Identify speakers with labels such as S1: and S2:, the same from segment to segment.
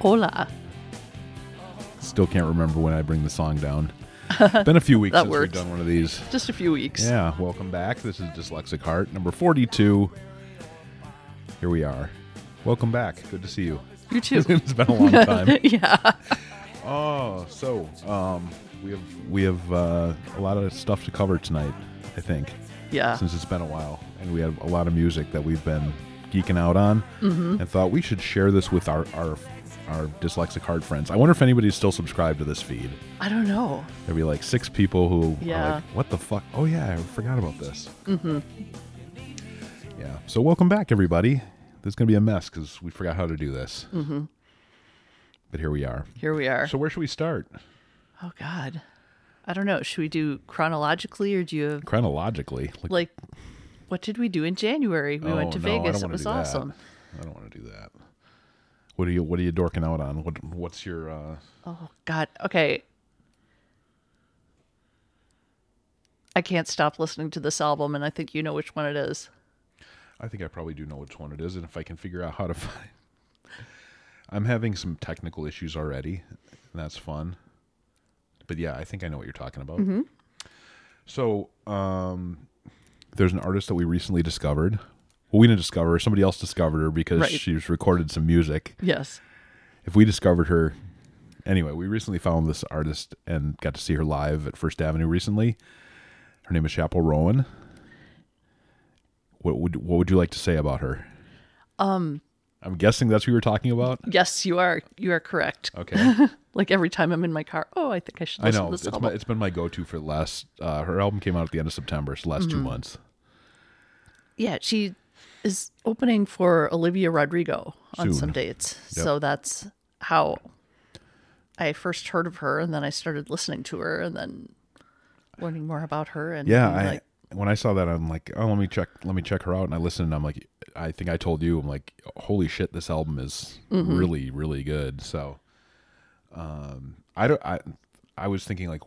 S1: Gorilla.
S2: Still can't remember when I bring the song down. Been a few weeks
S1: That
S2: since
S1: works.
S2: we've done one of these.
S1: Just a few weeks.
S2: Yeah, welcome back. This is Dyslexic Heart, number 42. Here we are. Welcome back. Good to see you.
S1: You too.
S2: it's been a long time.
S1: yeah.
S2: oh, so um, we have we have uh, a lot of stuff to cover tonight, I think,
S1: Yeah.
S2: since it's been a while, and we have a lot of music that we've been geeking out on, and thought we should share this with our our our dyslexic heart friends. I wonder if anybody's still subscribed to this feed.
S1: I don't know.
S2: There'd be like six people who are
S1: Yeah.
S2: like, what the fuck? Oh, yeah, I forgot about this. Mm-hmm. Yeah. So, welcome back, everybody. This is going to be a mess because we forgot how to do this. Mm-hmm. But here we are.
S1: Here we are.
S2: So, where should we start?
S1: oh God. I don't know. Should we do chronologically or do you have
S2: Chronologically. Like,
S1: like what did we do in January? We went
S2: oh,
S1: to
S2: no, I don't
S1: Vegas. It
S2: wanna
S1: was
S2: do that.
S1: awesome.
S2: I don't want to do that. What are you What are you dorking out on? What What's your uh,
S1: Oh God. Okay. I can't stop listening to this album and I think you know which one it is.
S2: I think I probably do know which one it is, and if I can figure out how to find. I'm having some technical issues already, and that's fun. But yeah, I think I know what you're talking about.
S1: Mm-hmm.
S2: So, um, there's an artist that we recently discovered. Well, we didn't discover her. Somebody else discovered her because
S1: Right.
S2: she's recorded some music.
S1: Yes.
S2: If we discovered her, anyway, we recently found this artist and got to see her live at First Avenue recently. Her name is Chapel Rowan. What would what would you like to say about her? Um, I'm guessing that's who you were talking about.
S1: Yes, you are you are correct.
S2: Okay,
S1: Like every time I'm in my car, oh I think I should
S2: I
S1: listen
S2: know
S1: to this
S2: it's,
S1: album.
S2: my, it's been my go-to for the last. Uh, her album came out at the end of September, so the last two
S1: Mm-hmm.
S2: months.
S1: yeah, she is opening for Olivia Rodrigo on
S2: Soon.
S1: some dates. So that's how I first heard of her, and then I started listening to her, and then learning more about her. And
S2: Yeah,
S1: being
S2: I,
S1: like,
S2: when I saw that, I'm like, oh, let me check, let me check her out, and I listened, and I'm like, I think I told you, I'm like, holy shit, this album is
S1: Mm-hmm.
S2: really, really good. So, um, I don't, I, I was thinking like,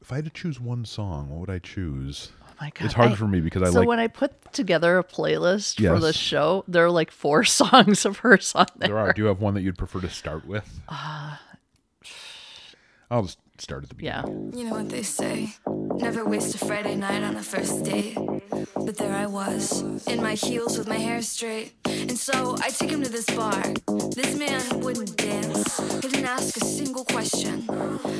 S2: if I had to choose one song, what would I choose?
S1: oh my god,
S2: it's hard
S1: I-
S2: for me because I
S1: so
S2: like,
S1: when I put together a playlist for
S2: Yes.
S1: this show, there are like four songs of hers on there.
S2: there are. Do you have one that you'd prefer to start with?
S1: Uh,
S2: I'll just start at the beginning.
S1: Yeah,
S3: You know what they say? Never waste a Friday night on a first date. But there I was, in my heels with my hair straight. And so I took him to this bar. This man wouldn't dance, he didn't ask a single question.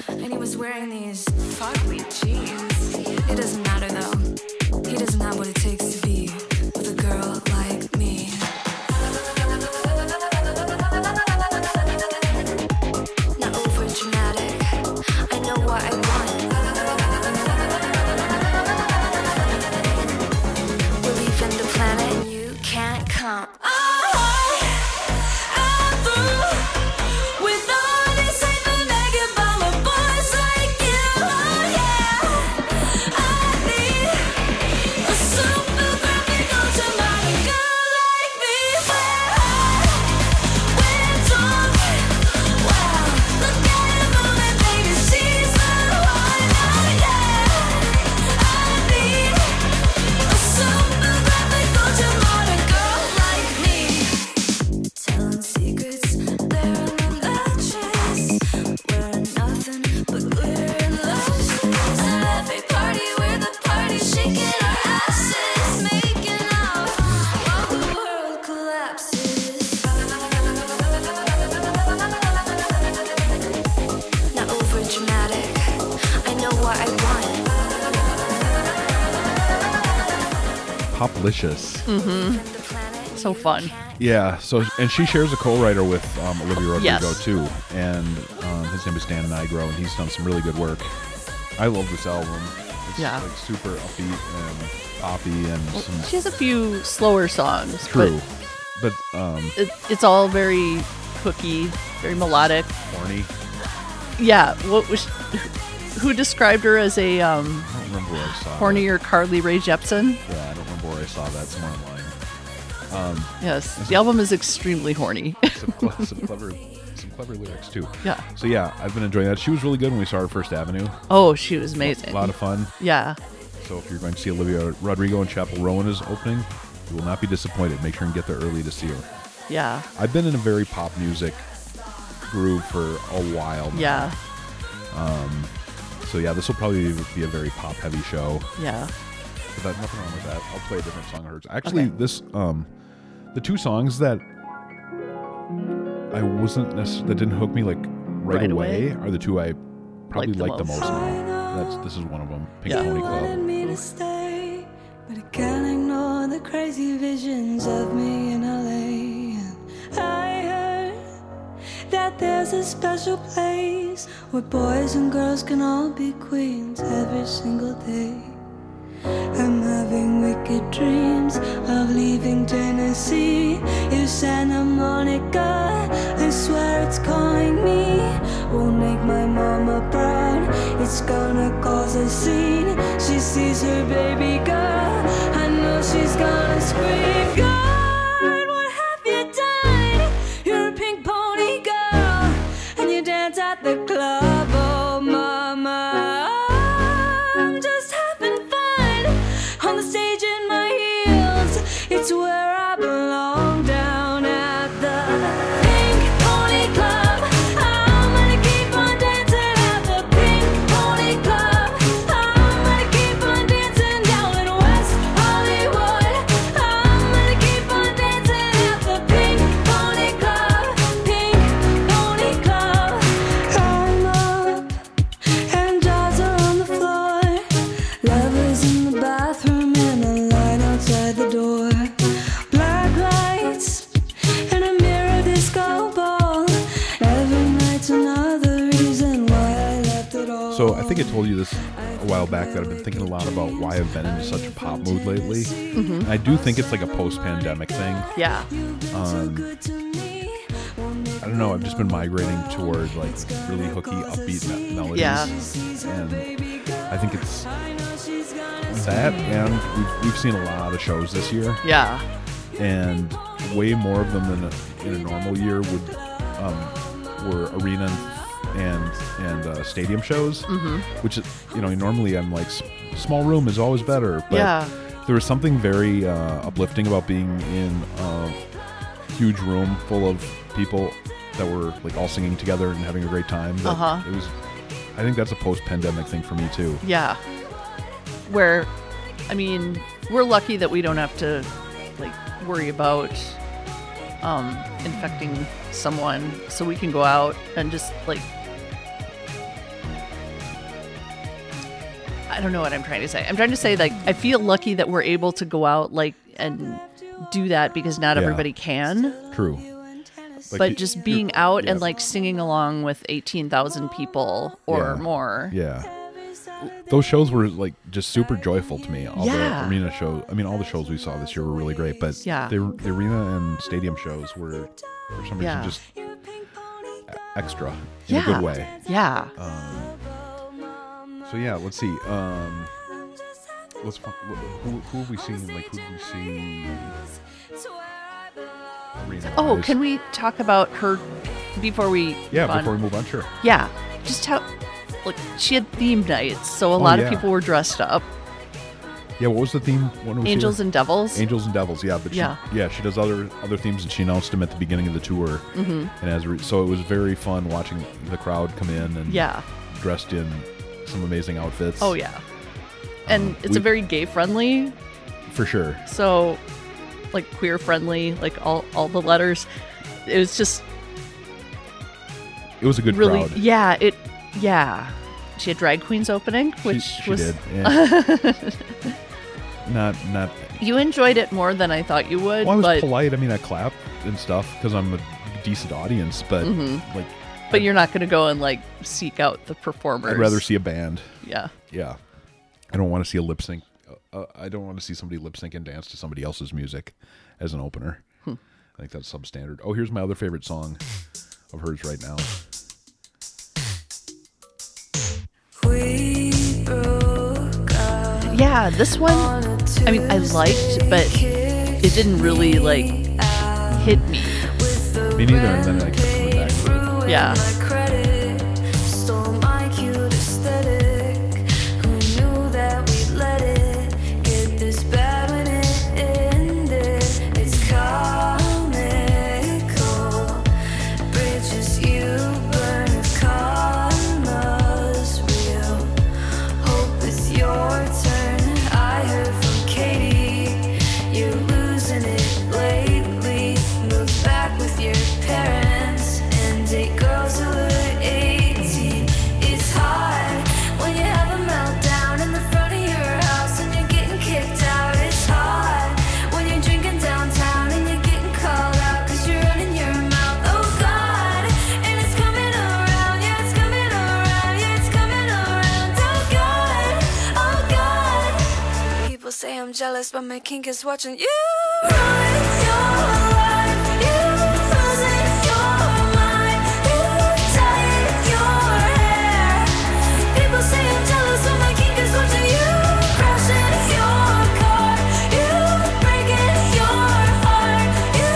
S3: And he was wearing these fugly jeans. It doesn't matter though, he doesn't have what it takes to be with a girl like me. Not over dramatic. I know what I want. We're leaving the planet and you can't come. with all these mega boys like you. Oh, yeah, I need a super graphic ultraviolet girl like me. we're drunk. Wow, look at her moving, baby, she's the one. Oh yeah, I need a super graphic ultramodern girl like me. Telling secrets, they're on the mattress, wearing nothing but glitter and lashes. At every party, we're the party, shaking our asses, making out while the world collapses. Not over dramatic. I know what I want.
S2: Poplicious.
S1: so fun.
S2: Yeah. So, and she shares a co-writer with um, Olivia Rodrigo
S1: Yes.
S2: too, and um, his name is Dan Nigro, and he's done some really good work. I love this album. It's
S1: Yeah.
S2: like super upbeat and poppy and some
S1: She has a few slower songs,
S2: true, but, um,
S1: but it, it's all very hooky, very melodic.
S2: corny.
S1: Yeah, what was who described her as a um,
S2: I don't remember where I saw. It.
S1: hornier Carly Rae Jepsen?
S2: Yeah, I don't remember where I saw that somewhere online.
S1: Yes, the album is extremely horny.
S2: Some, cle- some clever, some clever lyrics too.
S1: yeah.
S2: So yeah, I've been enjoying that. She was really good when we saw her at First Avenue.
S1: Oh, she was
S2: A
S1: amazing.
S2: lot of fun.
S1: yeah.
S2: So if you're going to see Olivia Rodrigo and Chapel Rowan is opening, you will not be disappointed. Make sure and get there early to see her.
S1: Yeah.
S2: I've been in a very pop music groove for a while. now.
S1: Yeah.
S2: So yeah, this will probably be a very pop heavy show.
S1: Yeah.
S2: But that, nothing wrong with that. I'll play a different song of hers. Actually,
S1: Okay.
S2: this um, the two songs that I wasn't necess- that didn't hook me like right,
S1: Right
S2: away,
S1: away.
S2: are the two I probably like
S1: Like
S2: the
S1: the
S2: most,
S1: most.
S2: now. That's this is one of them. Pink
S1: Yeah.
S2: Pony
S4: You wanted
S2: Club.
S4: me to stay, but I can't ignore the crazy visions of me in LA. And I heard that there's a special place where boys and girls can all be queens every single day. I'm having wicked dreams of leaving Tennessee. You Santa Monica, I swear it's calling me. Won't make my mama proud, it's gonna cause a scene. She sees her baby girl, I know she's gonna scream. God, what have you done? You're a pink pony girl, and you dance at the club. Oh, mama, I'm just having fun on the stage in my heels. It's where I belong down at the Pink Pony Club. I'm gonna keep on dancing at the Pink Pony Club. I'm gonna keep on dancing down in West Hollywood. I'm gonna keep on dancing at the Pink Pony Club. Pink Pony Club. I'm up and jars are on the floor. Lovers in the bathroom and a light outside the door. Black lights and a mirror disco ball. Every night's another reason why I left it all.
S2: So I think I told you this a while back that I've been thinking a lot about why I've been in such a pop mood lately.
S1: Mm-hmm.
S2: And I do think it's like a post-pandemic thing.
S1: Yeah.
S4: You've been so good to me. Won't make
S2: I don't know. I've just been migrating toward like really hooky, upbeat me- melodies.
S1: Yeah.
S2: And
S4: me go.
S2: I think it's
S4: I know she's gonna
S2: that, and we've, we've seen a lot of shows this year,
S1: Yeah.
S2: and way more of them than a, in a normal year would um, were arena and and uh, stadium shows. Mm-hmm. Which you know normally I'm like s- small room is always better. But
S1: Yeah.
S2: There was something very uh, uplifting about being in a huge room full of people that were like all singing together and having a great time. that
S1: Uh-huh.
S2: It was. I think that's a post-pandemic thing for me too.
S1: Yeah. Where, I mean, we're lucky that we don't have to, like, worry about um, infecting someone, so we can go out and just like. I don't know what I'm trying to say. I'm trying to say like I feel lucky that we're able to go out like and do that because not
S2: Yeah.
S1: everybody can.
S2: True. Like,
S1: but
S2: you-
S1: just
S2: you're-
S1: being out
S2: yeah.
S1: and like singing along with 18,000 people or
S2: Yeah.
S1: more.
S2: Yeah. Those shows were like just super joyful to me. All
S1: Yeah.
S2: the arena shows, I mean, all the shows we saw this year were really great, but
S1: Yeah.
S2: the, the arena and stadium shows were, for some reason,
S1: Yeah.
S2: just e,
S4: You're a pink pony girl.
S2: extra in
S1: yeah.
S2: a good way.
S1: Yeah.
S2: So yeah, let's see. Um,
S4: I'm just having
S2: let's fi- who who have we seen? Like who did we see?
S4: It's where I belong.
S2: Arena
S1: oh,
S2: wise?
S1: can we talk about her before we
S2: Yeah,
S1: move on?
S2: before we move on, sure.
S1: Yeah. Just how like she had theme nights, so a lot
S2: Oh, yeah.
S1: of people were dressed up.
S2: Yeah, what was the theme? When was she
S1: Angels
S2: here?
S1: and devils.
S2: Angels and Devils, yeah, but
S1: Yeah.
S2: she, yeah, she does other other themes, and she announced them at the beginning of the tour, mm-hmm. and as a re- so it was very fun watching the crowd come in and
S1: yeah.
S2: dressed in some amazing outfits.
S1: Oh yeah. And it's a
S2: Um, we-
S1: very gay friendly,
S2: for sure.
S1: so like queer friendly, like all all the letters. It was just
S2: It was a good
S1: really
S2: crowd.
S1: yeah it yeah she had drag queens opening
S2: She-
S1: which
S2: she,
S1: was
S2: did. yeah. not not.
S1: you enjoyed it more than i thought you would
S2: Well, I was
S1: but
S2: polite. I mean, I clapped and stuff because I'm a decent audience, but like
S1: Mm-hmm. but you're not gonna go and like seek out the performers
S2: I'd rather see a band.
S1: yeah
S2: Yeah, I don't want to see a lip sync. Uh, uh, I don't want to see somebody lip sync and dance to somebody else's music as an opener.
S1: Hmm.
S2: I think that's substandard. Oh, here's my other favorite song of hers right now.
S4: We broke up
S1: yeah this one
S4: on a
S1: i mean i liked but
S4: Tuesday
S1: it didn't really like hit me
S4: with the
S2: Me neither. And then I kept coming back to it.
S4: ruin
S1: Yeah.
S4: my credit. Stole my cute aesthetic. Who knew that we'd let it get this bad when it ended? It's comical. Bridges you
S3: Oh, Oh,
S5: Say I'm jealous, but my kink is watching you. ruin your life. You losing your mind. You tying your hair. People say I'm jealous, but my kink is watching you. Crashing your car. You breaking your heart. You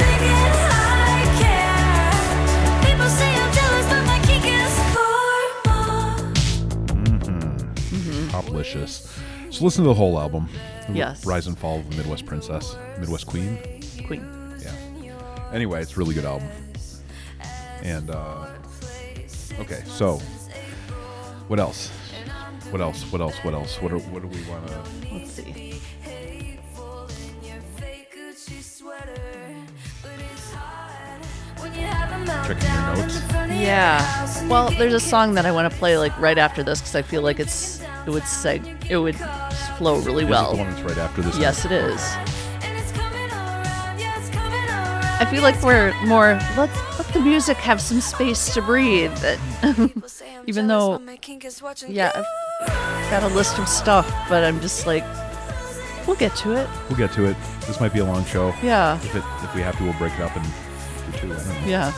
S5: thinking I care. People say I'm jealous, but my kink is for more.
S2: Poplicious. So listen to the whole album.
S1: Yes.
S2: Rise and Fall of the Midwest Princess, Midwest Queen.
S1: Queen.
S2: Yeah. Anyway, it's a really good album. And uh okay, so what else? What else? What else? What else? What, are, what do we want to?
S1: Let's see.
S5: hateful in your fake Gucci sweater. But it's hard when you have a
S2: Checking your
S5: meltdown in
S2: notes.
S5: the front of your house
S1: Yeah.
S5: and
S1: Well,
S5: you
S1: there's a
S5: get
S1: song that I want to play like right after this because I feel like it's it would seg it would flow really
S2: Is it the one
S1: well.
S2: that's right after this?
S1: Yes, it is.
S5: kicked and it's coming around, yeah, it's coming
S1: I
S5: around.
S1: feel like we're more let let the music have some space to breathe. That
S5: People say I'm
S1: even
S5: jealous,
S1: though-
S5: but my kink is watching
S1: yeah,
S5: you.
S1: I've got a list of stuff, but I'm just like, we'll get to it.
S2: We'll get to it. This might be a long show.
S1: Yeah,
S2: If it if we have to, we'll break it up and do two. I don't know.
S1: yeah.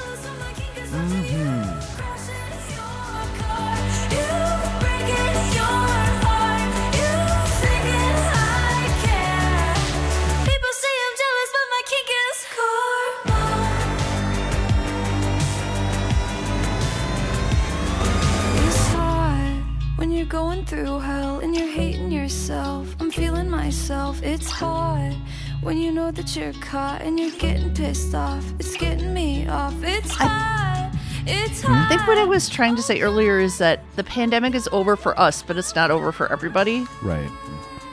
S5: When you're Going through hell and you're hating yourself. I'm feeling myself, it's hard. When you know that you're caught and you're getting pissed off, it's getting me off. It's hard, it's hard.
S1: I think what I was trying to say earlier is that the pandemic is over for us, but it's not over for everybody.
S2: Right.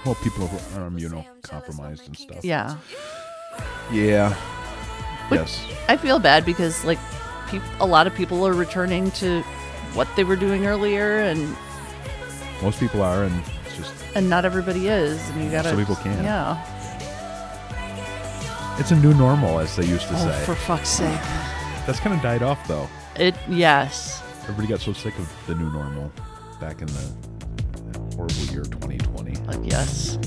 S2: Well, people who um, are immunocompromised and stuff.
S1: Yeah.
S2: Yeah. Yes.
S1: I feel bad because like peop- a lot of people are returning to what they were doing earlier and
S2: Most people are, and it's just
S1: and not everybody is and you gotta
S2: Some people can't.
S1: yeah
S2: it's a new normal, as they used to
S1: oh
S2: say.
S1: for fuck's sake
S2: That's kind of died off, though.
S1: it yes
S2: Everybody got so sick of the new normal back in the that horrible year 2020.
S1: like yes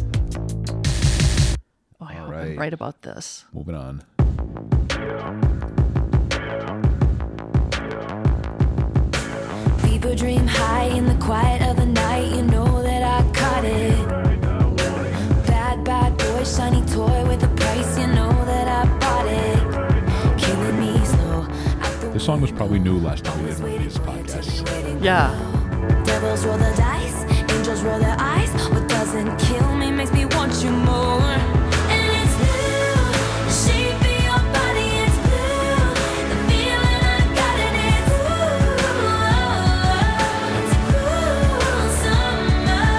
S1: oh I hope
S2: right.
S1: I'm right about this
S2: Moving on.
S5: Fever dream high in the quiet of the night. You know that I caught it. Bad, bad boy, shiny toy with a price. You know that I bought it. Killing me slow. Out the
S2: This song was probably new last time we did
S5: window,
S2: one of these podcasts.
S5: waiting.
S1: yeah
S5: Devils roll the dice, angels roll their eyes. What doesn't kill me makes me want you more. And it's blue, shape of your body, it's blue. The feeling I got it, it's blue. It's cool summer,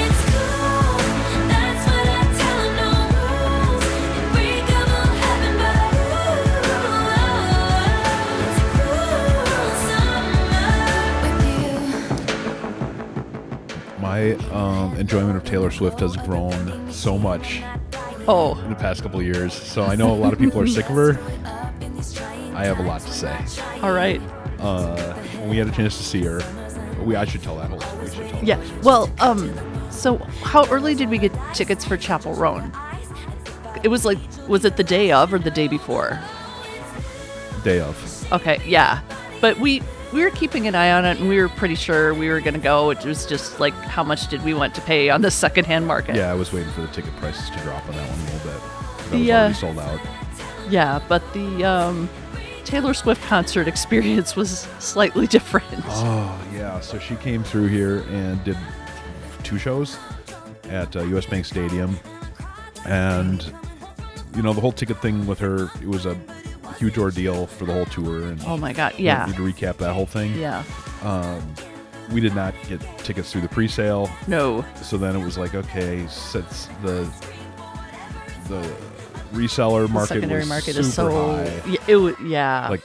S5: it's cool. That's what I tell 'em, no rules. Unbreakable heaven, but ooh, it's cool summer with you.
S2: My um, enjoyment of Taylor Swift has grown so much
S1: oh
S2: in the past couple of years. So I know a lot of people are sick of her. I have a lot to say.
S1: all right
S2: Uh, when we had a chance to see her, we I should tell that whole story. We should tell
S1: yeah
S2: that whole story.
S1: well um so how early did we get tickets for Chapel Roan it was like was it the day of or the day before
S2: day of.
S1: Okay, yeah. But we we were keeping an eye on it and we were pretty sure we were going to go. It was just like how much did we want to pay on the secondhand market?
S2: Yeah, I was waiting for the ticket prices to drop on that one a little bit. That was
S1: The, uh,
S2: already sold out.
S1: Yeah, but the um Taylor Swift concert experience was slightly different.
S2: Oh yeah, so she came through here and did two shows at uh, U.S. Bank Stadium, and you know the whole ticket thing with her. It was a huge ordeal for the whole tour. And
S1: Oh my god.
S2: we don't
S1: Yeah.
S2: need to recap that whole thing.
S1: Yeah.
S2: we did not get tickets through the pre-sale,
S1: No.
S2: so then it was like okay, since the the reseller
S1: The
S2: market
S1: secondary
S2: was
S1: market
S2: super
S1: is so
S2: high.
S1: Yeah, it wa- yeah.
S2: like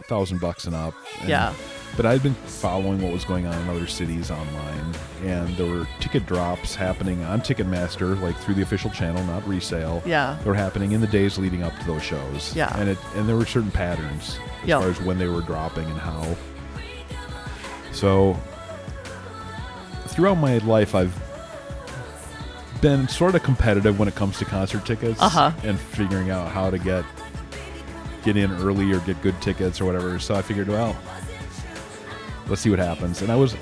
S2: a thousand bucks and up. And-
S1: Yeah.
S2: But I'd been following what was going on in other cities online, and there were ticket drops happening on Ticketmaster, like through the official channel, not resale.
S1: Yeah.
S2: They were happening in the days leading up to those shows.
S1: Yeah.
S2: And it and there were certain patterns as
S1: Yeah.
S2: far as when they were dropping and how. So throughout my life, I've been sort of competitive when it comes to concert tickets
S1: Uh-huh.
S2: and figuring out how to get get in early or get good tickets or whatever. So I figured, well, let's see what happens. And I was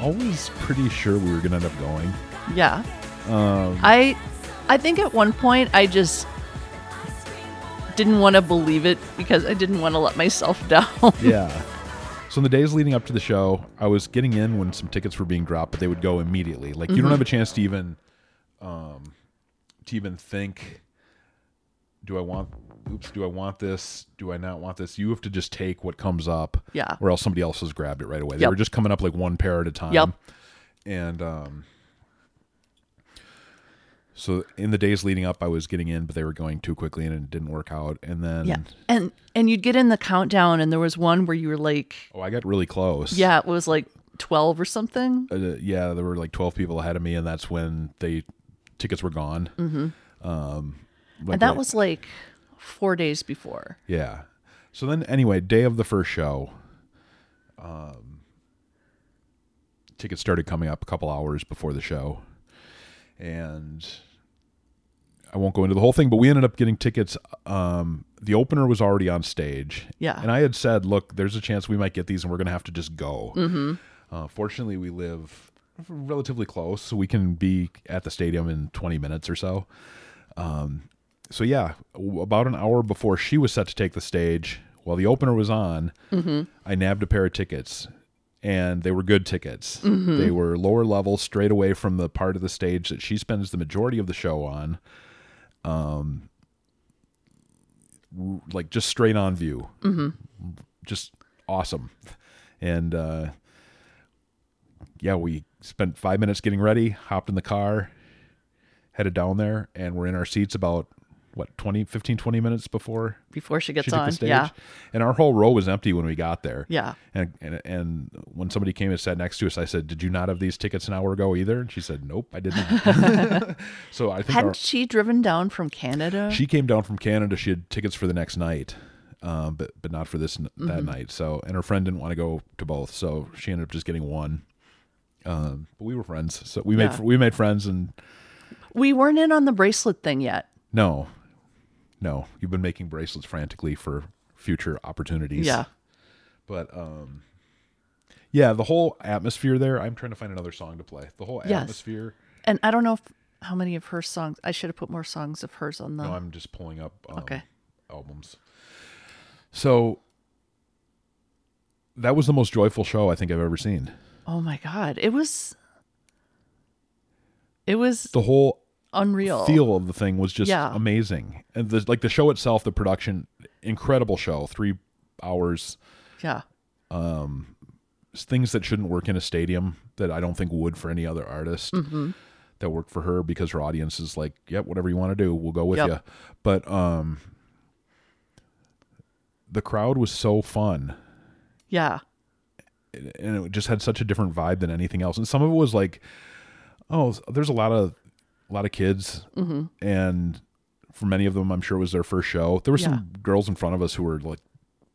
S2: always pretty sure we were going to end up going.
S1: Yeah.
S2: Um,
S1: I I think at one point I just didn't want to believe it because I didn't want to let myself down.
S2: Yeah. So in the days leading up to the show, I was getting in when some tickets were being dropped, but they would go immediately. Like
S1: Mm-hmm.
S2: you don't have a chance to even, um, to even think. Do I want? Oops. Do I want this? Do I not want this? You have to just take what comes up.
S1: Yeah.
S2: Or else somebody else has grabbed it right away. They
S1: Yep.
S2: were just coming up like one pair at a time.
S1: Yep.
S2: And um. So in the days leading up, I was getting in, but they were going too quickly, and it didn't work out. And then,
S1: yeah. And and you'd get in the countdown and there was one where you were like
S2: oh, I got really close.
S1: yeah, it was like 12 or something.
S2: uh, yeah, there were like 12 people ahead of me, and that's when they tickets were gone. Mm-hmm. Um, like,
S1: and that
S2: like-
S1: was like 4 days before.
S2: yeah. So then, anyway, day of the first show, um, tickets started coming up a couple hours before the show, and I won't go into the whole thing, but we ended up getting tickets. Um, the opener was already on stage,
S1: Yeah.
S2: and I had said, "Look, there's a chance we might get these, and we're going to have to just go." Mm-hmm. Uh, fortunately, we live relatively close, so we can be at the stadium in 20 minutes or so. Um, so yeah, w- about an hour before she was set to take the stage, while the opener was on, I nabbed a pair of tickets, and they were good tickets. They were lower level, straight away from the part of the stage that she spends the majority of the show on. Um, r- like just straight on view, mm-hmm. just awesome, and uh, yeah, we spent five minutes getting ready, hopped in the car, headed down there, and we're in our seats about what 20 15 20 minutes before
S1: Before she gets
S2: she took
S1: on.
S2: the stage.
S1: Yeah.
S2: And our whole row was empty when we got there.
S1: Yeah.
S2: And, and and when somebody came and sat next to us, I said, "Did you not have these tickets an hour ago either?" And she said, "Nope, I didn't." so I think our,
S1: Hadn't she driven down from Canada?
S2: she came down from Canada. She had tickets for the next night, um, but but not for this n- that
S1: Mm-hmm.
S2: night. So and her friend didn't want to go to both, so she ended up just getting one. Um, but we were friends, so we made
S1: Yeah.
S2: fr- we made friends, and
S1: we weren't in on the bracelet thing yet.
S2: no, no, you've been making bracelets frantically for future opportunities.
S1: Yeah.
S2: but um yeah the whole atmosphere there i'm trying to find another song to play the whole
S1: Yes.
S2: atmosphere
S1: And I don't know if, how many of her songs. I should have put more songs of hers on the.
S2: no i'm just pulling up um,
S1: Uh-huh. Okay.
S2: albums so that was the most joyful show i think i've ever seen
S1: oh my god, it was. It was
S2: the whole
S1: unreal.
S2: feel of the thing was just
S1: Yeah.
S2: amazing and the, like the show itself the production incredible show three hours
S1: Yeah.
S2: things that shouldn't work in a stadium that I don't think would for any other artist that worked for her because her audience is like, yep, whatever you want to do, we'll go with
S1: Yep.
S2: you. But um, the crowd was so fun
S1: Yeah.
S2: and it just had such a different vibe than anything else. And some of it was like, oh, there's a lot of a lot of kids, and for many of them, I'm sure it was their first show. There were some girls in front of us who were like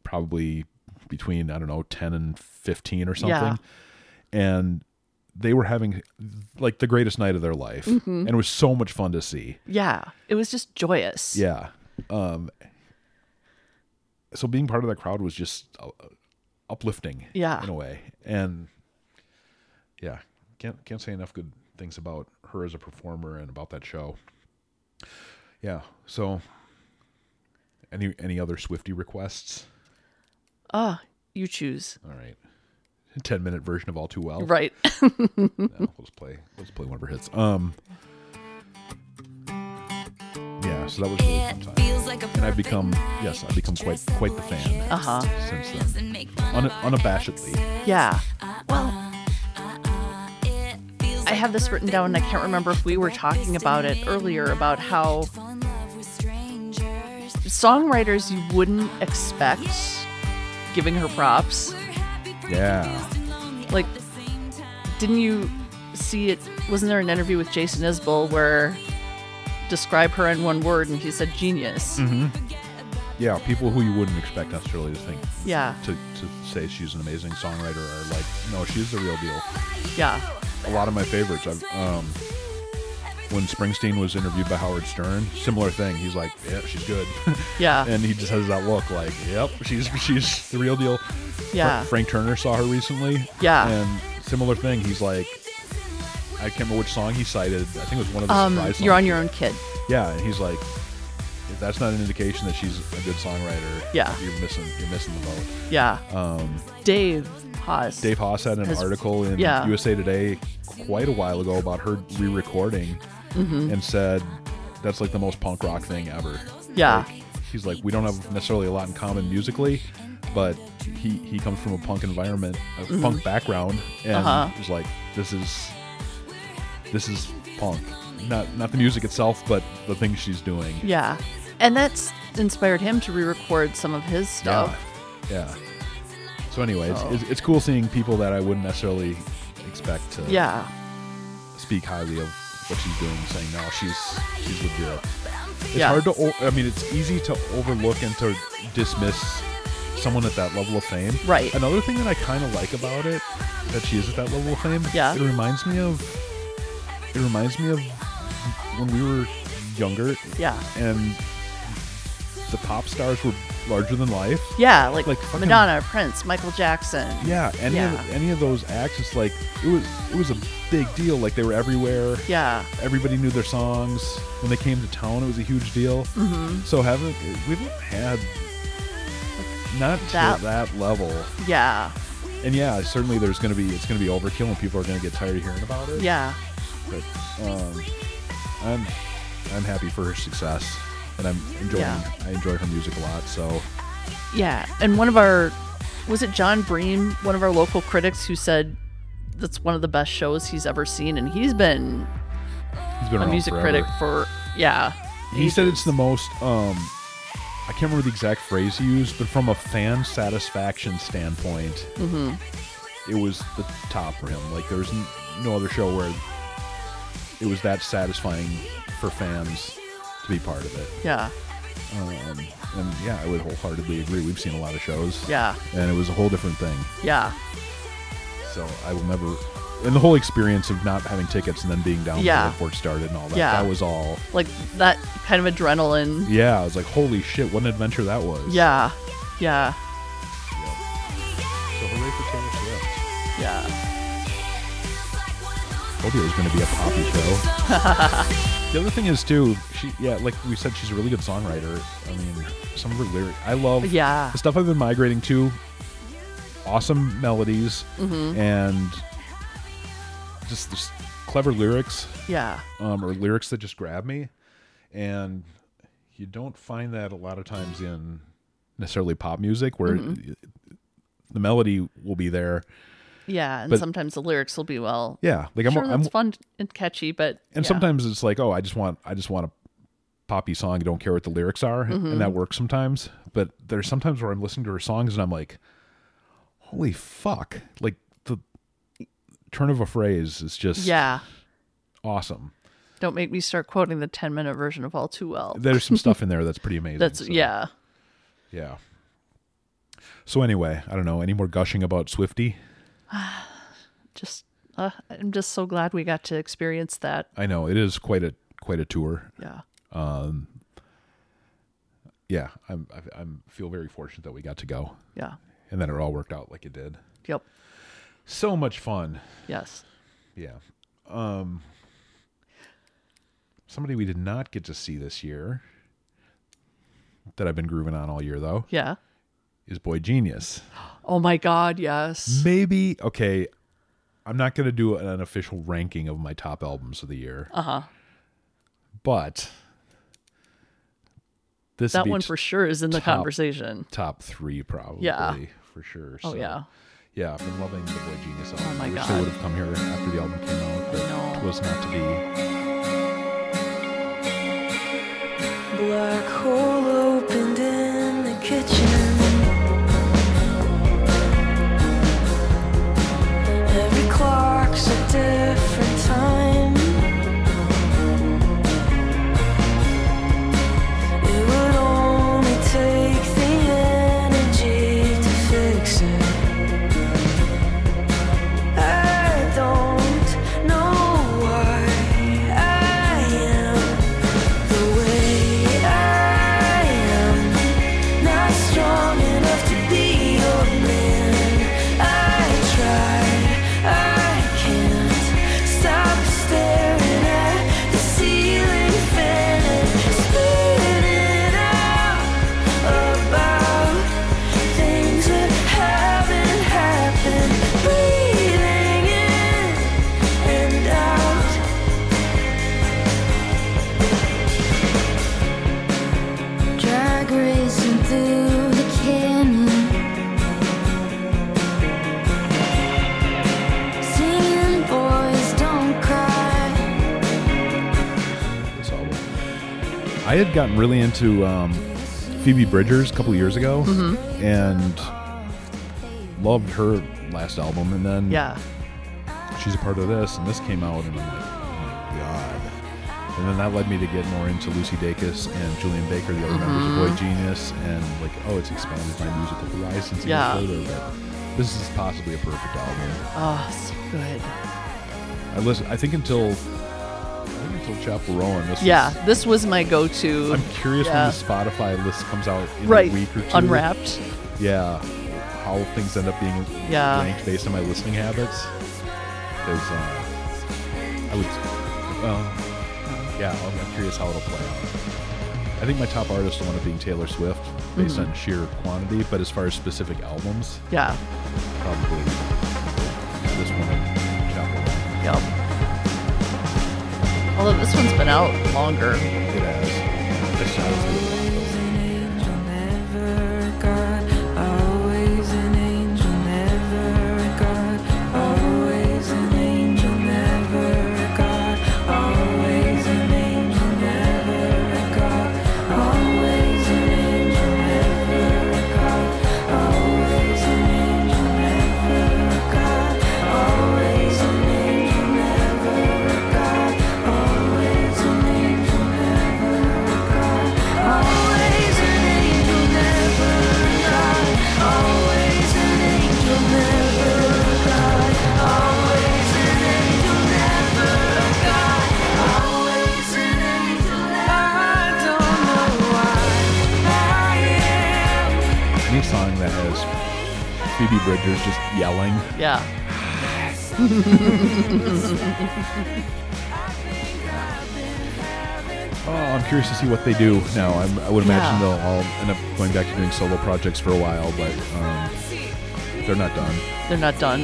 S2: probably between I don't know ten and fifteen or something,
S1: Yeah.
S2: and they were having like the greatest night of their life, and it was so much fun to see.
S1: Yeah. It was just joyous.
S2: Yeah. Um, so being part of that crowd was just uh, uplifting,
S1: Yeah.
S2: in a way, and yeah, can't can't say enough good things about her as a performer and about that show. Yeah. So, any any other Swifty requests?
S1: Ah, You choose.
S2: All right, ten minute version of All Too Well.
S1: Right.
S2: No, let's play. Let's play one of her hits. Um. Yeah. So that was really fun time.
S3: And
S2: I've become- yes, I've become quite- quite the fan.
S1: uh huh.
S2: since then. Un- unabashedly.
S1: Yeah. Well, I have this written down, and I can't remember if we were talking about it earlier about how songwriters you wouldn't expect giving her props.
S2: Yeah.
S1: Like, didn't you see it? Wasn't there an interview with Jason Isbell where describe her in one word, and he said genius?
S2: Mm-hmm. Yeah, people who you wouldn't expect necessarily to think
S1: Yeah.
S2: to, to say she's an amazing songwriter are like, no, she's the real deal.
S1: Yeah.
S2: A lot of my favorites. I've, um, when Springsteen was interviewed by Howard Stern, similar thing. He's like, "Yeah, she's good,"
S1: Yeah.
S2: and he just has that look, like, "Yep, she's she's the real deal." Fra-
S1: yeah.
S2: Frank Turner saw her recently.
S1: Yeah.
S2: And similar thing. He's like, I can't remember which song he cited. I think it was one of the
S1: um,
S2: surprise songs.
S1: you're on your own kid.
S2: Yeah, and he's like, if that's not an indication that she's a good songwriter,
S1: Yeah.
S2: you're missing you're missing the boat.
S1: Yeah. Um, Dave Haas.
S2: Dave Haas had an
S1: Has-
S2: article in
S1: yeah.
S2: USA Today quite a while ago about her re-recording,
S1: Mm-hmm.
S2: and said that's like the most punk rock thing ever.
S1: Yeah.
S2: Like, he's like, we don't have necessarily a lot in common musically, but he he comes from a punk environment, a punk background, and
S1: Mm-hmm. Uh-huh.
S2: he's like, this is this is punk. Not not the music itself, but the things she's doing.
S1: Yeah. And that's inspired him to re-record some of
S2: Yeah.
S1: his stuff.
S2: Yeah. So anyway,
S1: So-
S2: It's, it's, it's cool seeing people that I wouldn't necessarily expect to
S1: Yeah.
S2: speak highly of what she's doing, saying no, she's she's legit. It's
S1: Yeah.
S2: hard to, o- I mean, it's easy to overlook and to dismiss someone at that level of fame.
S1: Right.
S2: Another thing that I kind of like about it, that she is at that level of fame.
S1: Yeah.
S2: It reminds me of, it reminds me of when we were younger.
S1: Yeah.
S2: And the pop stars were larger than life.
S1: Yeah, like,
S2: Like fucking-
S1: Madonna, Prince, Michael Jackson.
S2: Yeah, any
S1: Yeah.
S2: Of, any of those acts, it's like it was it was a big deal. Like they were everywhere.
S1: Yeah.
S2: Everybody knew their songs. When they came to town, it was a huge deal. Mm-hmm. So haven't we haven't had not
S1: That-
S2: to that level.
S1: Yeah.
S2: And yeah, certainly there's going to be it's going to be overkill, and people are going to get tired of hearing about it.
S1: Yeah.
S2: But um, I'm I'm happy for her success, and I'm enjoying
S1: Yeah.
S2: I enjoy her music a lot. So
S1: Yeah. And one of our was it John Bream, one of our local critics who said that's one of the best shows he's ever seen and he's been
S2: he's been
S1: a
S2: around
S1: music
S2: forever.
S1: critic for yeah.
S2: He said
S1: ages.
S2: it's the most. Um, I can't remember the exact phrase he used, but from a fan satisfaction standpoint,
S1: Mm-hmm.
S2: it was the top for him. Like there's n- no other show where it was that satisfying for fans to be part of it.
S1: Yeah.
S2: Um, and yeah, I would wholeheartedly agree. We've seen a lot of shows.
S1: Yeah.
S2: and it was a whole different thing.
S1: Yeah.
S2: So I will never. And the whole experience of not having tickets and then being down when
S1: Yeah.
S2: the airport started and all that—that
S1: Yeah.
S2: was all.
S1: Like that kind of adrenaline.
S2: Yeah, I was like, "Holy shit! What an adventure that was!"
S1: Yeah. Yeah.
S2: So hooray for Taylor Swift.
S1: Yeah.
S2: Told you it was going to be a poppy show. the other thing is too, she yeah, like we said, she's a really good songwriter. I mean, some of her lyrics, I love.
S1: Yeah.
S2: The stuff I've been migrating to, awesome melodies
S1: Mm-hmm.
S2: and just, just clever lyrics
S1: Yeah.
S2: um, or lyrics that just grab me, and you don't find that a lot of times in necessarily pop music where.
S1: Mm-hmm.
S2: the melody will be there.
S1: Yeah. And
S2: But-
S1: sometimes the lyrics will be well
S2: Yeah, like I'm,
S1: sure
S2: I'm
S1: that's fun and catchy, but
S2: and
S1: yeah.
S2: sometimes it's like oh i just want i just want a poppy song i don't care what the lyrics are
S1: Mm-hmm.
S2: and that works sometimes but there's sometimes where i'm listening to her songs and i'm like holy fuck like the turn of a phrase is just
S1: Yeah.
S2: awesome
S1: Don't make me start quoting the 10 minute version of All Too Well.
S2: there's some stuff in there that's pretty amazing
S1: That's,
S2: so,
S1: yeah.
S2: yeah so anyway i don't know any more gushing about swifty
S1: Just, uh, I'm just so glad we got to experience that.
S2: i know it is quite a quite a tour
S1: Yeah.
S2: yeah i'm i I'm feel very fortunate that we got to go
S1: Yeah.
S2: and that it all worked out like it did
S1: Yep.
S2: so much fun
S1: Yes.
S2: Yeah. Um somebody we did not get to see this year that I've been grooving on all year though
S1: Yeah.
S2: is Boy Genius.
S1: Oh my God. Yes.
S2: Maybe okay, I'm not going to do an official ranking of my top albums of the year. Uh-huh. But this
S1: That
S2: would be
S1: one
S2: t-
S1: for sure is in the
S2: top.
S1: conversation.
S2: top 3 probably for sure.
S1: Oh,
S2: So,
S1: yeah. Oh,
S2: Yeah, I've been loving the Boy Genius album.
S1: my
S2: I wish
S1: God.
S2: they would have come here after the album came out, but
S1: know.
S2: it was not to be.
S5: Black hole opened in the kitchen. Every clock's a different time. It would only take the energy to fix it. I don't know why I
S2: I had gotten really into um, Phoebe Bridgers a couple years ago
S1: Mm-hmm.
S2: and loved her last album. And then
S1: Yeah.
S2: she's a part of this, and this came out, and I'm like, oh my god. And then that led me to get more into Lucy Dacus and Julian Baker, the other
S1: Mm-hmm.
S2: members of Boy Genius, and like, oh, it's expanded my musical horizons even
S1: Yeah.
S2: further. But this is possibly a perfect album.
S1: Oh, so good.
S2: I listen. I think until I think until Chapel Rowan. This
S1: Yeah,
S2: Was,
S1: this was my go-to.
S2: I'm curious
S1: Yeah.
S2: when the Spotify list comes out in
S1: right
S2: a week or two.
S1: unwrapped.
S2: Yeah. How things end up being
S1: Yeah.
S2: ranked based on my listening habits. Because uh, I would. Uh,
S1: Oh.
S2: yeah, I'm, I'm curious how it'll play out. I think my top artist will end up being Taylor Swift based
S1: Mm-hmm.
S2: on sheer quantity, but as far as specific albums,
S1: Yeah.
S2: probably this one and Chapel Roan.
S1: Yep. Although this one's been out longer.
S2: It has. This has good. Any song that has Phoebe Bridgers just yelling,
S1: Yeah.
S2: oh, I'm curious to see what they do now. I'm, I would imagine
S1: Yeah.
S2: they'll all end up going back to doing solo projects for a while, but um, they're not done.
S1: They're not done.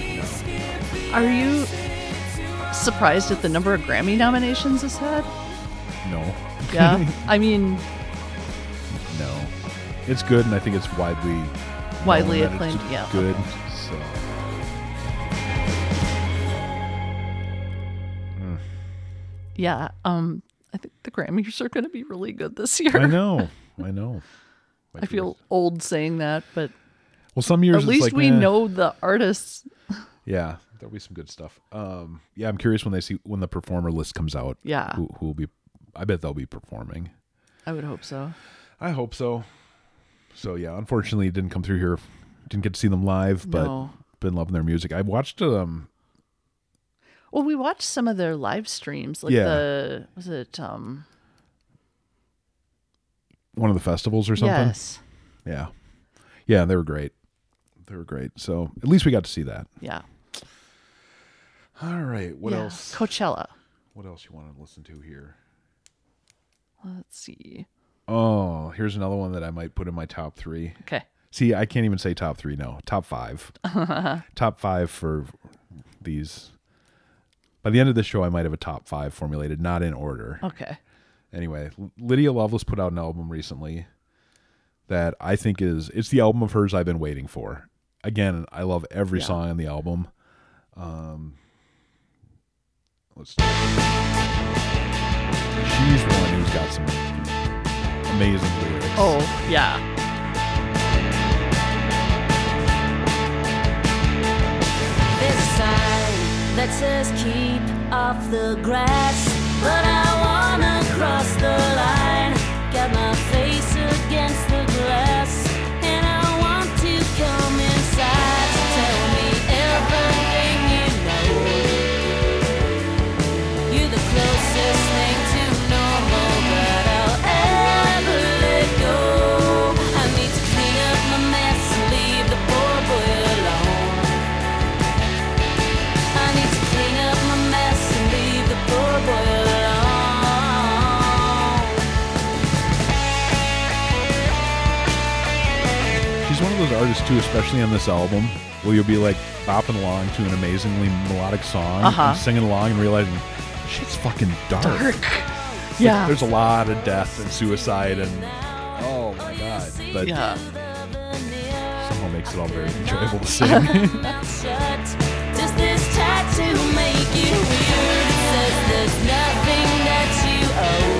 S1: Are you surprised at the number of Grammy nominations this had?
S2: No,
S1: Yeah. I mean,
S2: no. It's good, and I think it's widely
S1: Widely
S2: known that it's
S1: acclaimed, yeah.
S2: Good. So.
S1: yeah. Um, I think the Grammys are going to be really good this
S2: I
S1: year.
S2: know. I know.
S1: I feel old saying that, but
S2: well. Some years
S1: at
S2: it's
S1: least
S2: like,
S1: we
S2: eh.
S1: know the artists.
S2: Yeah, there'll be some good stuff. Um, yeah, I'm curious when they see when the performer list comes out.
S1: Yeah.
S2: who who will be? I bet they'll be performing.
S1: I would hope so.
S2: I hope so. So yeah, unfortunately, it didn't come through here. Didn't get to see them live, but
S1: No.
S2: been loving their music. I watched um
S1: Well, we watched some of their live streams, like
S2: Yeah.
S1: the was it um
S2: one of the festivals or something.
S1: yes.
S2: Yeah, yeah, they were great. They were great. So at least we got to see that.
S1: Yeah.
S2: All right, what
S1: Yeah.
S2: else?
S1: Coachella.
S2: What else you want to listen to here?
S1: Let's see.
S2: Oh, here's another one that I might put in my top three.
S1: Okay.
S2: See, I can't even say top three. No, top five. top five for these. By the end of the show, I might have a top five formulated, not in order.
S1: Okay.
S2: Anyway, L- Lydia Lovelace put out an album recently that I think is it's the album of hers I've been waiting for. Again, I love every
S1: Yeah.
S2: song on the album. Um, let's. She's the one who's got some amazing lyrics.
S1: Oh, yeah.
S3: There's a sign that says keep off the grass, but I wanna cross the line. Got my face against the glass, and I want to come inside. So Tell me everything you know. You're the closest thing to normal that I'll ever let go. I need to clean up my mess and leave the poor boy alone. I need to clean up my mess and leave the poor boy alone.
S2: She's one of those artists too, especially on this album, where you'll be like bopping along to an amazingly melodic song,
S1: Uh-huh.
S2: and singing along and realizing shit's fucking dark.
S1: Yeah.
S2: There's a lot of death and suicide and oh my god, but
S1: yeah.
S2: somehow makes it all very enjoyable to sing.
S3: Shut. Does this tattoo make you weird? It says there's nothing that you owe.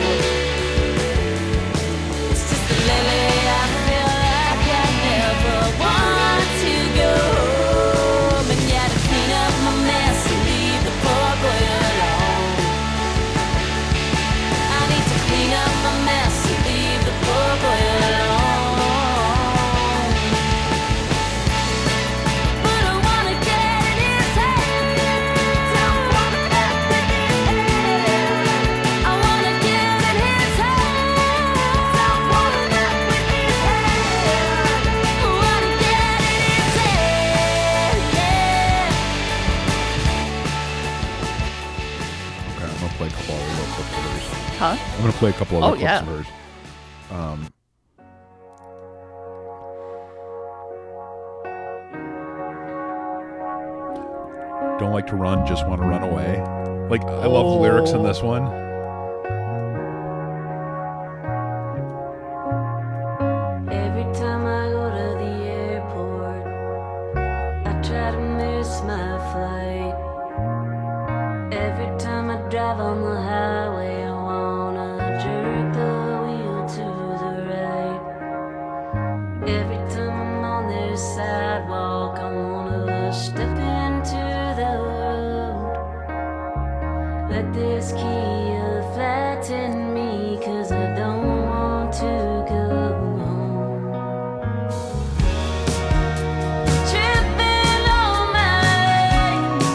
S2: gonna play a couple of little clips of hers.
S1: Huh?
S2: I'm gonna play a couple of
S1: Oh,
S2: little clips
S1: yeah.
S2: of hers. Um, don't like to run, just want to run away. Like I love the lyrics in this one.
S1: Oh.
S3: Every time I go to the airport, I try to miss my flight. Every time I drive on the highway, I wanna jerk the wheel to the right. Every time I'm on this sidewalk, I wanna step into the road. Let this Kia flatten me, cause I don't want to go home. Tripping on my legs.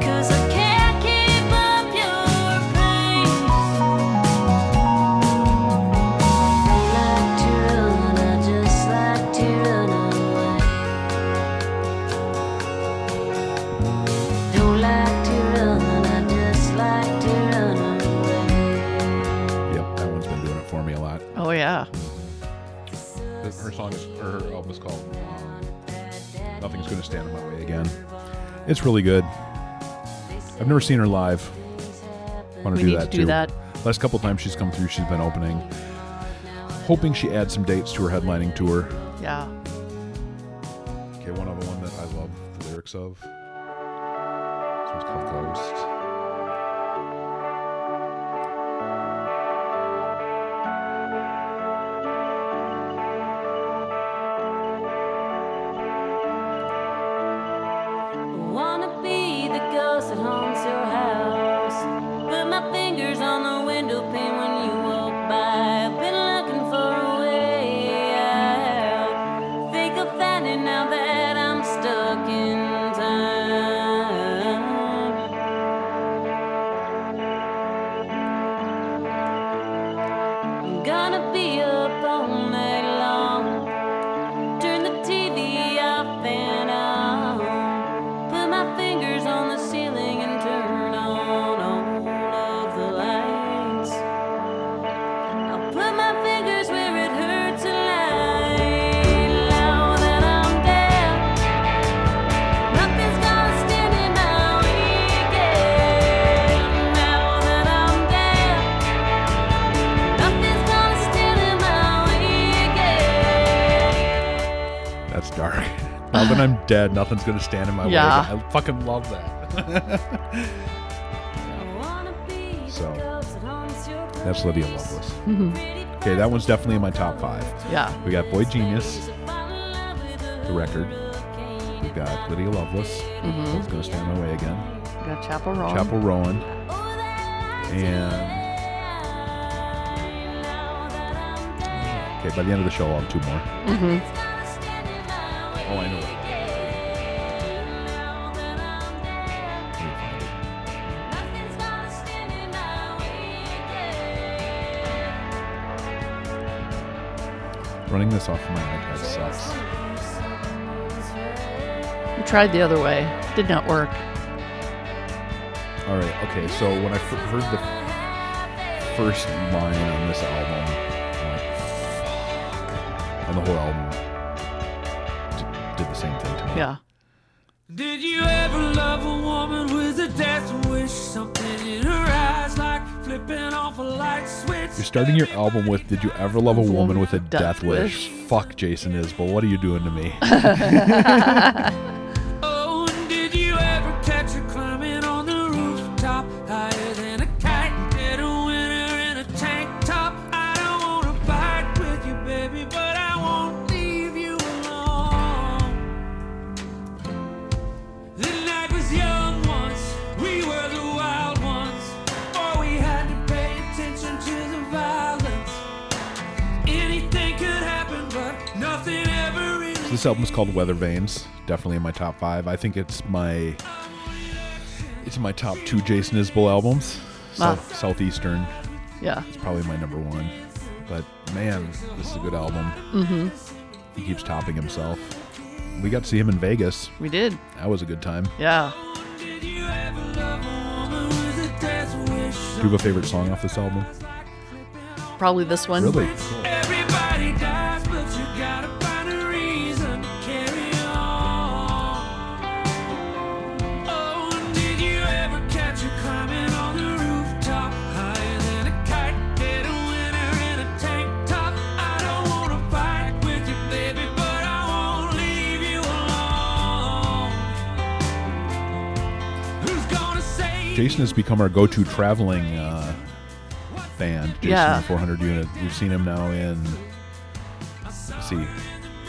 S3: 'Cause I can't keep up your pace. I like to run, I just like to run away. Don't like to run, I just like to run away.
S2: Yep, that one's been doing it for me a lot.
S1: Oh yeah.
S2: Her song is, or her album is called um, "Nothing's Gonna Stand in My Way Again." It's really good. I've never seen her live. Want
S1: We
S2: to do
S1: need
S2: that
S1: to do
S2: too.
S1: that.
S2: Last couple times she's come through, she's been opening. Hoping she adds some dates to her headlining tour.
S1: Yeah.
S2: Okay, one other one that I love the lyrics of. This one's called Ghost.
S3: Wanna be the ghost that haunts your house. Put my fingers on the window pane when you walk by. I've been looking for a way out. Think of finding now that I'm stuck in time. I'm gonna be up all night long. Turn the TV off and on. Put my fingers on the ceiling and turn on all of the lights. I'll put my fingers where it hurts and lie low that I'm dead. Nothing's gonna stand in my way again. Now that I'm dead. Nothing's gonna stand in my way again.
S2: That's dark. Now that I'm dead, nothing's gonna stand in my
S1: Yeah.
S2: way. I fucking love that. So, That's Lydia Loveless. Okay, that one's definitely in my top five.
S1: Yeah.
S2: We got Boy Genius, the record. We've got Lydia Loveless. Nothing's gonna stand in my way again.
S1: We got Chapel Roan.
S2: Chapel Rowan, and okay. By the end of the show, I'll have two more. Oh, I know. Let me find it. Running this off of my iPad sucks.
S1: We tried the other way. Did not work.
S2: All right, okay. So when I f- heard the first line on this album, I'm like, "Fuck." and the whole album d- did the same thing to me.
S1: Yeah.
S6: Did you ever love a woman with a death wish? Something in her eyes like flipping off a light switch.
S2: You're starting your album with "Did you ever love a woman with a death
S1: Death
S2: wish?" Fuck Jason Isbell. What are you doing to me?
S6: Oh, and did you ever catch her climbing on the rooftop? Higher than a kite, dead a winter in a tank top. I don't wanna fight with you, baby, but I won't leave you alone. The night was young once, we were the wild ones. All we had to pay attention to the violence. Anything could happen, but nothing ever really.
S2: This album is called Weather Vanes. Definitely in my top five. I think it's my it's in my top two Jason Isbell albums.
S1: Ah.
S2: South, Southeastern,
S1: Yeah.
S2: probably my number one. But man, this is a good album. Mm-hmm. He keeps topping himself. we got to see him in Vegas.
S1: We did.
S2: That was a good time.
S1: Yeah.
S6: Did you ever love a woman with a death wish?
S2: Do you have a favorite song off this album?
S1: Probably this one.
S2: Really?
S6: Everybody dies, but you gotta find a reason to carry on. Oh, and did you ever catch her climbing on the rooftop higher than a kite? Dead of winter in a tank top. I don't wanna fight with you, baby, but I won't leave you alone. Who's gonna say?
S2: Jason has become our go-to traveling uh, band. Jason
S1: Yeah.
S2: and the 400 unit. We've seen him now in let's see,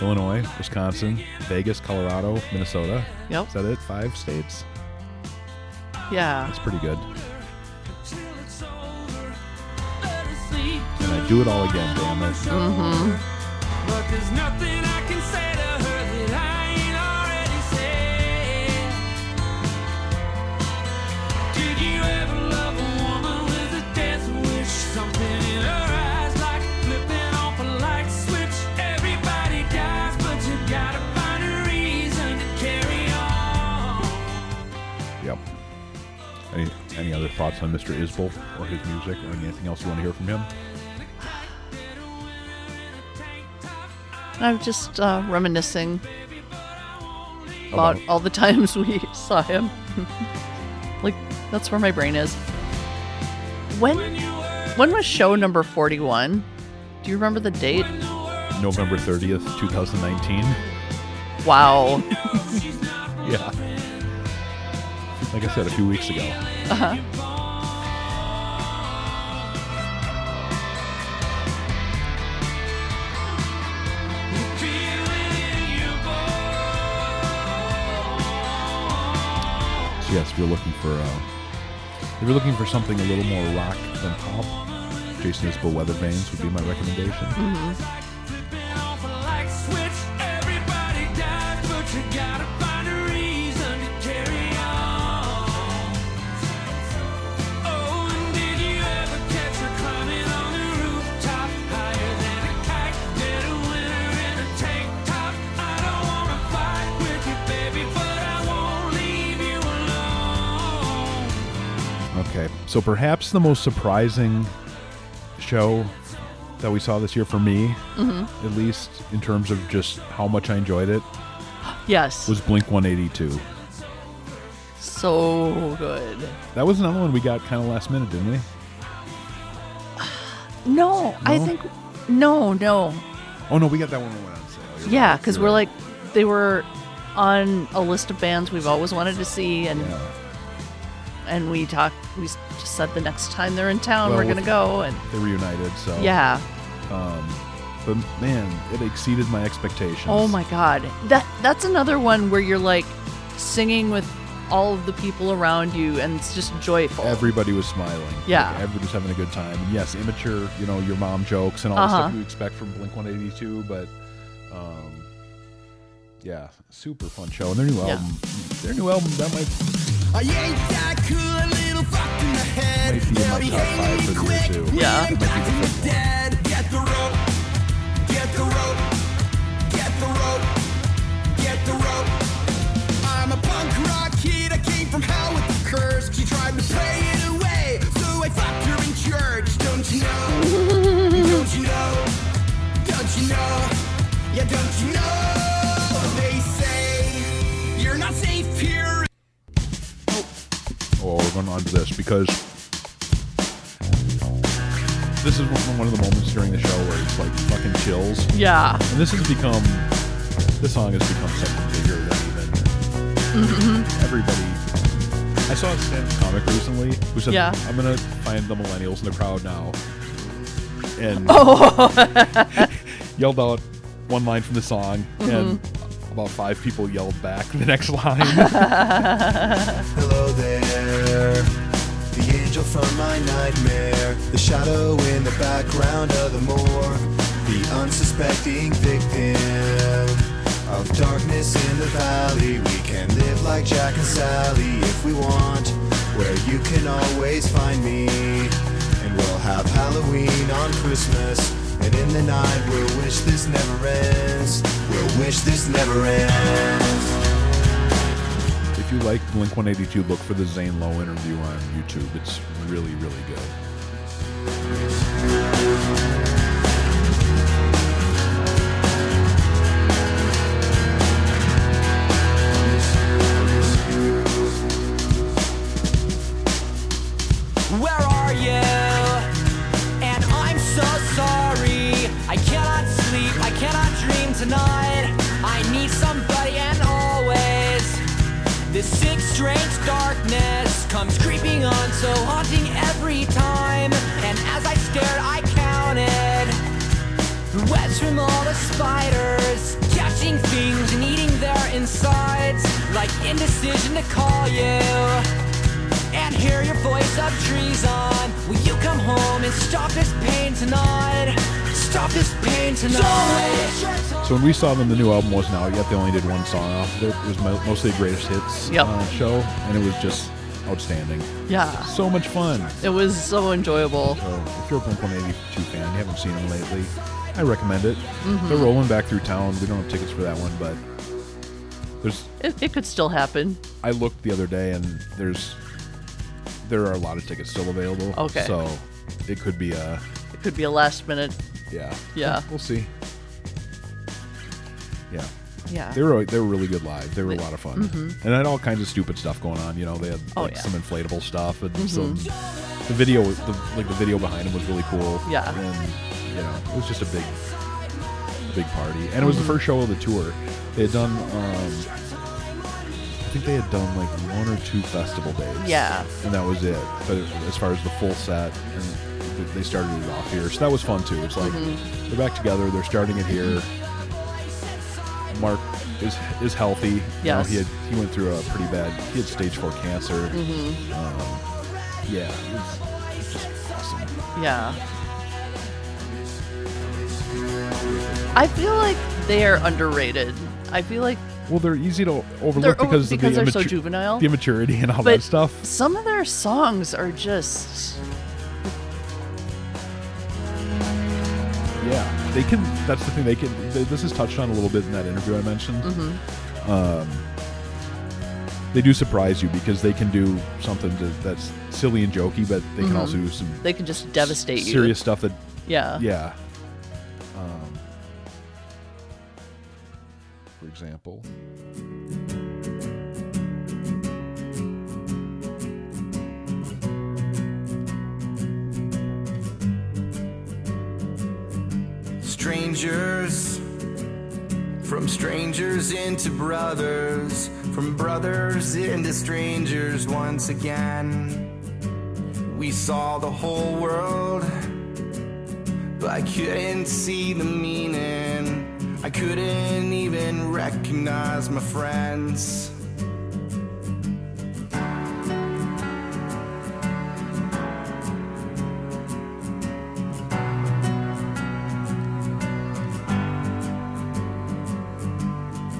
S2: Illinois, Wisconsin, Vegas, Colorado, Minnesota.
S1: Yep.
S2: Is that it? Five states.
S1: Yeah.
S2: That's pretty good.
S6: Till it's over, let her sleep
S2: And I do it all again, Oh, damn it.
S6: But there's nothing I can say to her that I ain't already said. Did you ever love a woman with a death wish? Something in her eyes like flipping off a light switch. Everybody dies, but you gotta find a reason to carry on.
S2: Yep. Any, any other thoughts on Mr. Isbel or his music or anything else you want to hear from him?
S1: I'm just uh, reminiscing about all the times we saw him. like that's where my brain is. When when was show number 41? Do you remember the date?
S2: November 30th, 2019.
S1: Wow.
S2: Yeah. Like I said, a few weeks ago.
S6: Feeling in your
S2: So yes, if you're looking for uh, if you're looking for something a little more rock than pop, Jason Isbell Weather Vanes would be my recommendation.
S1: Mm-hmm.
S6: Flipping off a light switch, everybody dies, but you gotta find a reason to carry on. Oh, and did you ever catch her climbing on the rooftop higher than a kite? Dead of winter in a tank top. I don't wanna fight with you, baby, but I won't leave you alone.
S2: Okay, so perhaps the most surprising show that we saw this year for me,
S1: Mm-hmm.
S2: at least in terms of just how much I enjoyed it,
S1: yes.
S2: was Blink 182.
S1: so good.
S2: That was another one we got kind of last minute, didn't we?
S1: No, I
S2: No?
S1: think no, no.
S2: Oh no, we got that one when we went on sale. You're
S1: Yeah,
S2: right,
S1: cuz
S2: you're
S1: we're
S2: right.
S1: like they were on a list of bands we've always wanted to see and
S2: Yeah.
S1: and we talked we s- just said the next time they're in town
S2: Well,
S1: we're going to go and
S2: they reunited. So
S1: yeah.
S2: but man, it exceeded my expectations.
S1: Oh my god. That that's another one where you're like singing with all of the people around you and it's just joyful.
S2: Everybody was smiling.
S1: Yeah.
S2: Like, everybody was having a good time. And yes, immature, you know, your mom jokes and all the
S1: Uh-huh.
S2: stuff you expect from Blink 182, but um, yeah, super fun show. And their new
S1: Yeah.
S2: album, their new album, that might,
S7: I ain't that cool, a little fucked in the head.
S2: might be in my
S7: They'll be
S2: top five
S7: hating
S2: for
S7: me
S2: the year, too.
S7: quick.
S1: Yeah.
S7: I'm back from the dead. Get the rope, get the rope, get the rope, get the rope. I'm a punk rock kid, I came from hell with a curse. She tried to pray it away, so I fucked her in church. Don't you know? Don't you know? Don't you know? Yeah, don't you know? They say you're not safe here.
S2: Oh, we're going on to this because this is one one of the moments during the show where it's like fucking chills.
S1: yeah.
S2: And this has become, this song has become something bigger than even everybody. I saw a stand comic recently who said,
S1: Yeah.
S2: I'm going to find the millennials in the crowd now. And yelled out one line from the song, and about five people yelled back the next line.
S7: Hello there. The angel from my nightmare. The shadow in the background of the moor. The unsuspecting victim of darkness in the valley. We can live like Jack and Sally if we want. Where you can always find me. And we'll have Halloween on Christmas.
S8: And in the night, we'll wish this never ends. We'll wish this never ends.
S2: If you like Blink 182, look for the Zane Lowe interview on YouTube. It's really, really good.
S9: Where are you? And I'm so sorry. I cannot sleep. I cannot dream tonight. I need somebody and always. This sick, strange darkness comes creeping on, so haunting every time. And as I stared, I counted the webs from all the spiders catching things and eating their insides. Like indecision to call you and hear your voice of treason. Will you come home and stop this pain tonight? Stop this pain tonight.
S2: So when we saw them, the new album wasn't out yet. They only did one song off of it. It was mo- mostly greatest hits
S1: Yep.
S2: uh, show, and it was just outstanding.
S1: Yeah,
S2: So much fun.
S1: it was so enjoyable.
S2: So if you're a Blink 182 fan, you haven't seen them lately, I recommend it.
S1: Mm-hmm.
S2: They're rolling back through town. We don't have tickets for that one, but there's.
S1: It, it could still happen.
S2: I looked the other day, and there's there are a lot of tickets still available.
S1: Okay.
S2: So it could be a
S1: It could be a last minute.
S2: yeah
S1: Yeah.
S2: We'll see. Yeah.
S1: Yeah. mm-hmm.
S2: They were they were really good live. They were a lot of fun, and had all kinds of stupid stuff going on. You know, they had
S1: Oh,
S2: like
S1: yeah.
S2: some
S1: Mm-hmm.
S2: inflatable stuff and some. The video, was- the, like the video behind him, was really cool.
S1: Yeah.
S2: and you know, it was just a big, a big party, and it was the
S1: Mm-hmm.
S2: first show of the tour. They had done, um, I think they had done like one or two festival days.
S1: Yeah.
S2: and that was it. But as far as the full set, and th- they started it off here, so that was fun too. It's like
S1: Mm-hmm.
S2: they're back together. They're starting it here. Mark is is healthy. You know,
S1: Yes.
S2: he had he went through a pretty bad. He had stage four cancer.
S1: Mm-hmm.
S2: Um, yeah, it was, it was just awesome.
S1: Yeah. I feel like they are underrated. I feel like
S2: Well, they're easy to
S1: They're
S2: overlook
S1: over-
S2: because,
S1: because
S2: of
S1: they're
S2: the,
S1: so
S2: immatur-
S1: juvenile.
S2: the immaturity and all
S1: but
S2: that stuff.
S1: some of their songs are just
S2: Yeah, they can. That's the thing. They can. They, this is touched on a little bit in that interview I mentioned. Um,
S1: Mm-hmm.
S2: they do surprise you because they can do something to, that's silly and jokey, but they can also do some
S1: they can just Mm-hmm. devastate you. Uh.
S2: serious stuff that
S1: Yeah.
S2: Yeah. Um, for example.
S8: Strangers from strangers into brothers, from brothers into strangers once again. We saw the whole world, but I couldn't see the meaning. I couldn't even recognize my friends.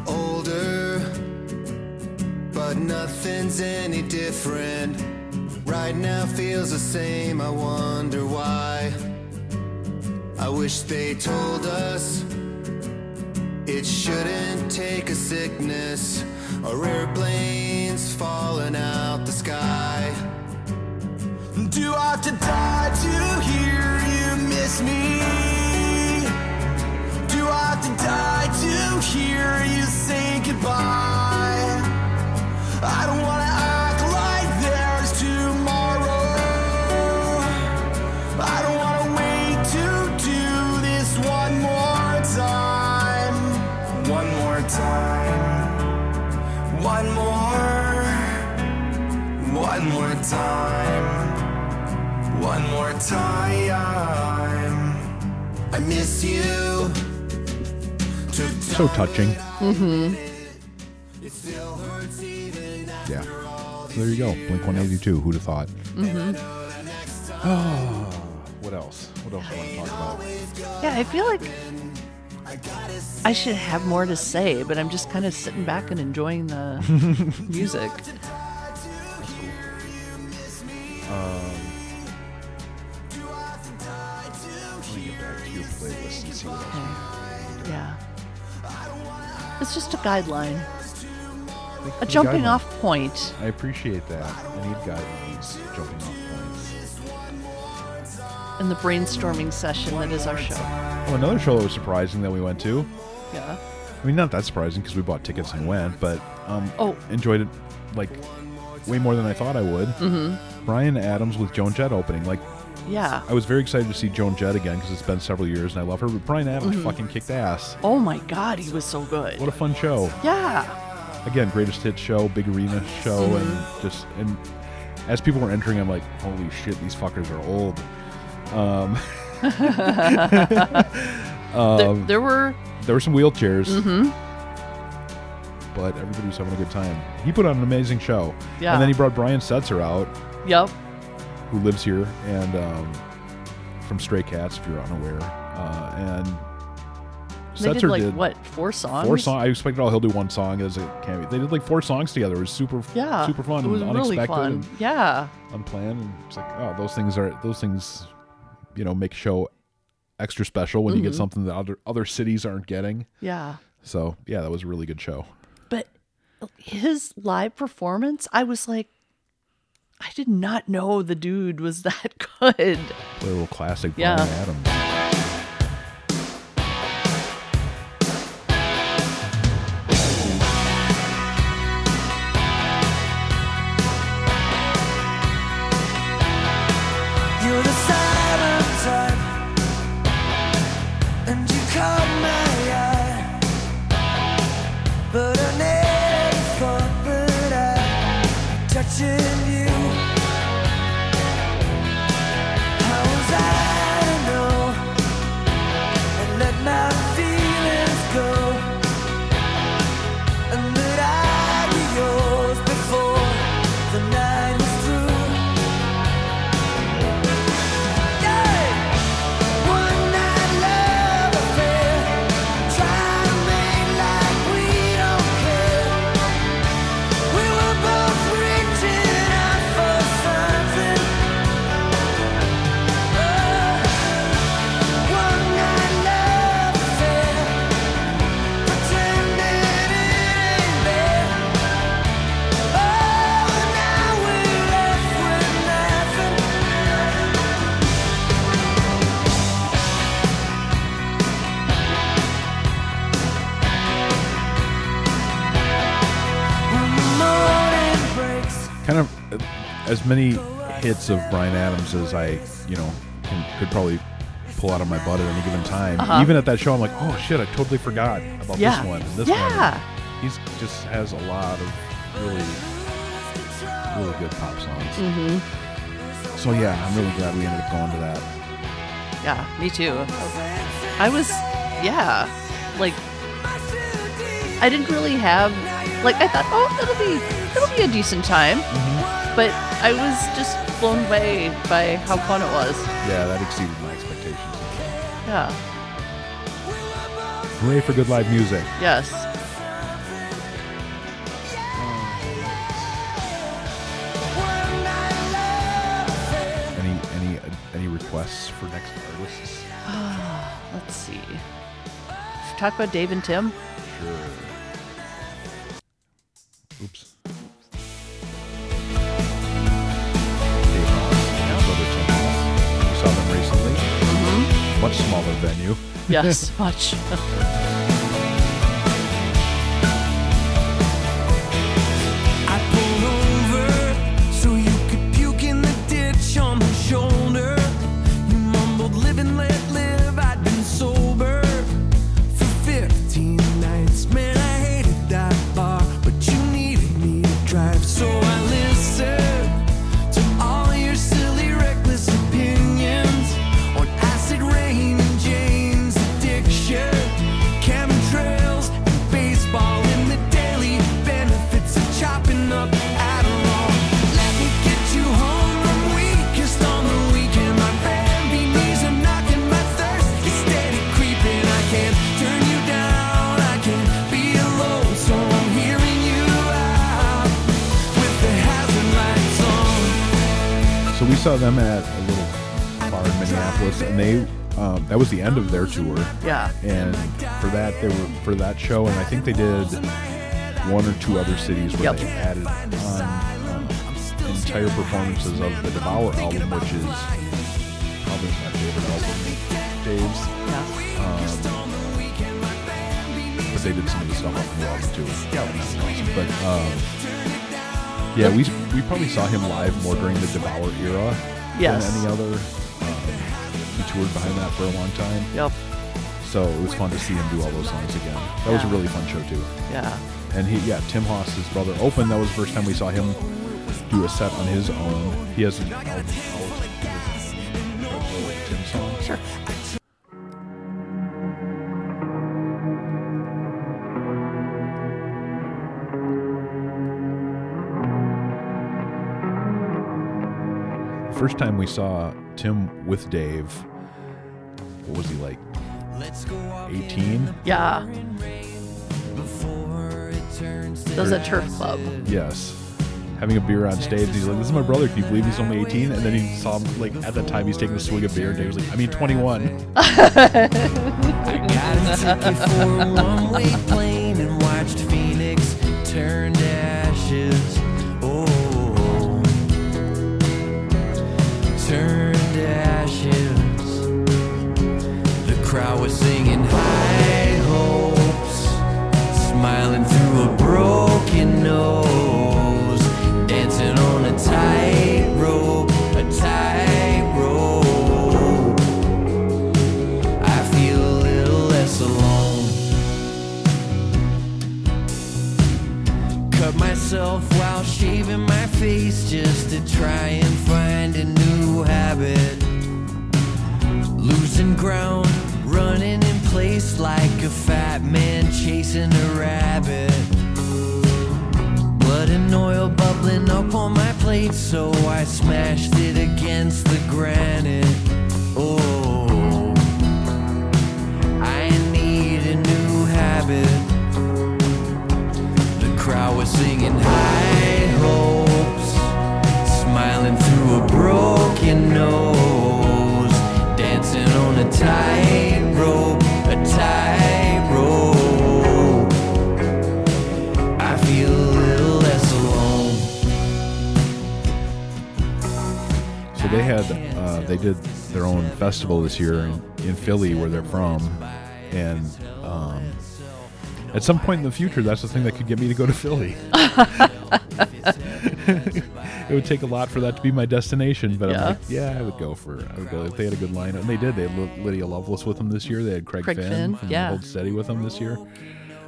S8: older, but nothing's any different. Right now feels the same, I wonder why. I wish they told us it shouldn't take a sickness or airplanes falling out the sky. Do I have to die to hear you miss me? Do I have to die to hear you say goodbye? I don't wanna act like there's tomorrow. I don't wanna wait to do this one more time. One more time. One more. One more time. One more time. I miss you.
S2: So touching.
S8: It still hurts even
S2: Yeah. So there you go. Blink 182. Who'd have thought? Mm-hmm. Oh, what else? What else do I want to talk about?
S1: Yeah, I feel like I should have more to say, but I'm just kind of sitting back and enjoying the music.
S2: Let me get back to your playlist and see what else.
S1: Yeah. It's just a guideline, a jumping off point.
S2: I appreciate that. I need guidelines, jumping off points.
S1: in the brainstorming session that is our show.
S2: Oh, another show that was surprising that we went to.
S1: Yeah.
S2: I mean, not that surprising because we bought tickets and went, but um,
S1: Oh.
S2: enjoyed it like way more than I thought I would. Mm-hmm. Brian Adams with Joan Jett opening. Like,
S1: Yeah.
S2: I was very excited to see Joan Jett again because it's been several years and I love her. But Brian Adams
S1: Mm-hmm.
S2: fucking kicked ass.
S1: Oh my God, he was so good.
S2: What a fun show!
S1: Yeah.
S2: Again, greatest hit show, big arena show,
S1: Mm-hmm.
S2: and just and as people were entering, I'm like, holy shit, these fuckers are old. Um,
S1: There, there were,
S2: There were some wheelchairs.
S1: Mm-hmm.
S2: But everybody was having a good time. He put on an amazing show.
S1: Yeah.
S2: And then he brought Brian Setzer out,
S1: yep.
S2: who lives here and um, from Stray Cats, if you're unaware. Uh, and
S1: They
S2: Setzer
S1: did like, what, four songs?
S2: four songs. I expected all he'll do one song as it can be. They did like four songs together. It was super,
S1: Yeah.
S2: super fun.
S1: It was
S2: and
S1: really
S2: unexpected
S1: fun.
S2: and
S1: Yeah.
S2: unplanned. And it's like, oh, those things are those things, you know, make show extra special when
S1: Mm-hmm.
S2: you get something that other other cities aren't getting.
S1: Yeah.
S2: So yeah, that was a really good show.
S1: But his live performance, I was like, I did not know the dude was that good.
S2: Play a little classic
S1: Yeah.
S2: Brian Adams.
S7: You're the silent type, and you caught my eye. But I never thought that I touching you. How was I to know and let my feelings go, and that I'd be yours before the night was through. Nothing When the morning breaks,
S2: Kind of uh, as many hits of Brian Adams as I, you know, can, could probably pull out of my butt at any given time. Even at that show, I'm like, oh shit, I totally forgot about
S1: Uh-huh. Yeah.
S2: this one and this
S1: Yeah.
S2: one. He's just has a lot of really, really good pop songs. So yeah, I'm really glad we ended up going to that.
S1: Yeah, me too. I was, yeah. Like, I didn't really have, like, I thought, oh, it'll be, it'll be a decent time.
S2: Mm-hmm.
S1: But I was just blown away by how fun it was.
S2: Yeah, that exceeded my expectations.
S1: Yeah.
S2: Hooray for good live music.
S1: Yes.
S2: Any any any requests for next artists?
S1: Let's see. Should we Talk about Dave and Tim.
S2: Sure. Oops. Dave Holland, Brother Tim Holland. We saw them recently. Much smaller venue.
S1: Yes, much.
S6: I pulled over so you could puke in the ditch on my shoulder. You mumbled, live and let live. I'd been sober for 15 nights. Man, I hated that bar, but you needed me to drive. So I listened to all your silly, reckless opinions on acid rain and Jane's addiction, chemtrails, and baseball in the daily benefits of chopping up Adderall. Let me get you home from weakest on the weekend. My Bambinis are knocking my thirst. It's steady creeping. I can't turn you down. I can't be alone, so I'm hearing you out with the hazard lights on.
S2: So we saw them at a little bar in Minneapolis, and they um, that was the end of their tour,
S1: Yeah.
S2: and for that they were for that show, and I think they did one or two other cities where
S1: Yep.
S2: they added on um, entire performances of the Devour album, which is probably my favorite album, Dave's.
S1: Yeah.
S2: But they did some of the stuff off the album too. But um, yeah, we we probably saw him live more during the Devour era
S1: Yes.
S2: than any other. Um, he toured behind that for a long time.
S1: Yep.
S2: So it was fun to see him do all those songs again. That was a
S1: Yeah.
S2: really fun show too.
S1: Yeah.
S2: And he, yeah, Tim Haas, his brother, opened. That was the first time we saw him do a set on his own. He has an album called Tim Song. Sure. First time we saw Tim with Dave, what was he like? 18?
S1: Yeah. That was a turf club.
S2: Yes. Having a beer on stage, he's like, "This is my brother. Can you believe he's only 18?" And then he saw him like at the time he's taking a swig of beer, and he was like, "I mean, 21."
S9: Got a ticket for a one-way plane and watched Phoenix turn to ashes. Oh, turn to ashes. The crowd was singing high hopes, smiling through a broken nose, dancing on a tightrope, a tightrope. I feel a little less alone. Cut myself while shaving my face just to try and find a new habit. Losing ground, running in place like a fat man chasing a rabbit. Blood and oil bubbling up on my plate, so I smashed it against the granite. Oh. I need a new habit. The crowd was singing high hopes, smiling through a broken nose, dancing on a tightrope, a tightrope. I feel a little less alone.
S2: So they had uh, they did their own festival this year in, in Philly, where they're from, and um, at some point in the future, that's the thing that could get me to go to Philly. it would take a lot for that to be my destination, but
S1: Yeah.
S2: I'm like, yeah, I would go for. I would go if they had a good lineup, and they did. They had Lu- Lydia Lovelace with them this year. They had Craig,
S1: Craig Finn,
S2: from
S1: yeah.
S2: Hold Steady with them this year.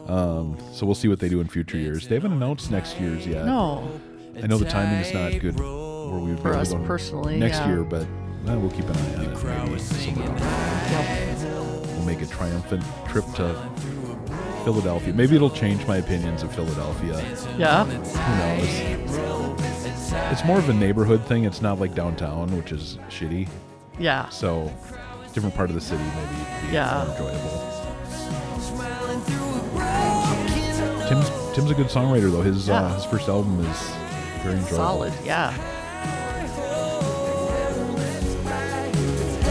S2: Um, so we'll see what they do in future years. They haven't announced next year's yet.
S1: No.
S2: I know the timing is not good where we would be
S1: For
S2: able
S1: us
S2: to go
S1: personally,
S2: next
S1: yeah.
S2: year, but uh, we'll keep an eye on it. Maybe somewhere down the line. We'll make a triumphant trip to Philadelphia. Maybe it'll change my opinions of Philadelphia.
S1: Yeah.
S2: Who knows? It's more of a neighborhood thing. It's not like downtown, which is shitty.
S1: Yeah.
S2: So, different part of the city maybe it'd be
S1: Yeah.
S2: more enjoyable. Tim's Tim's a good songwriter though. His uh,
S1: Yeah.
S2: his first album is very enjoyable.
S1: Solid. Yeah.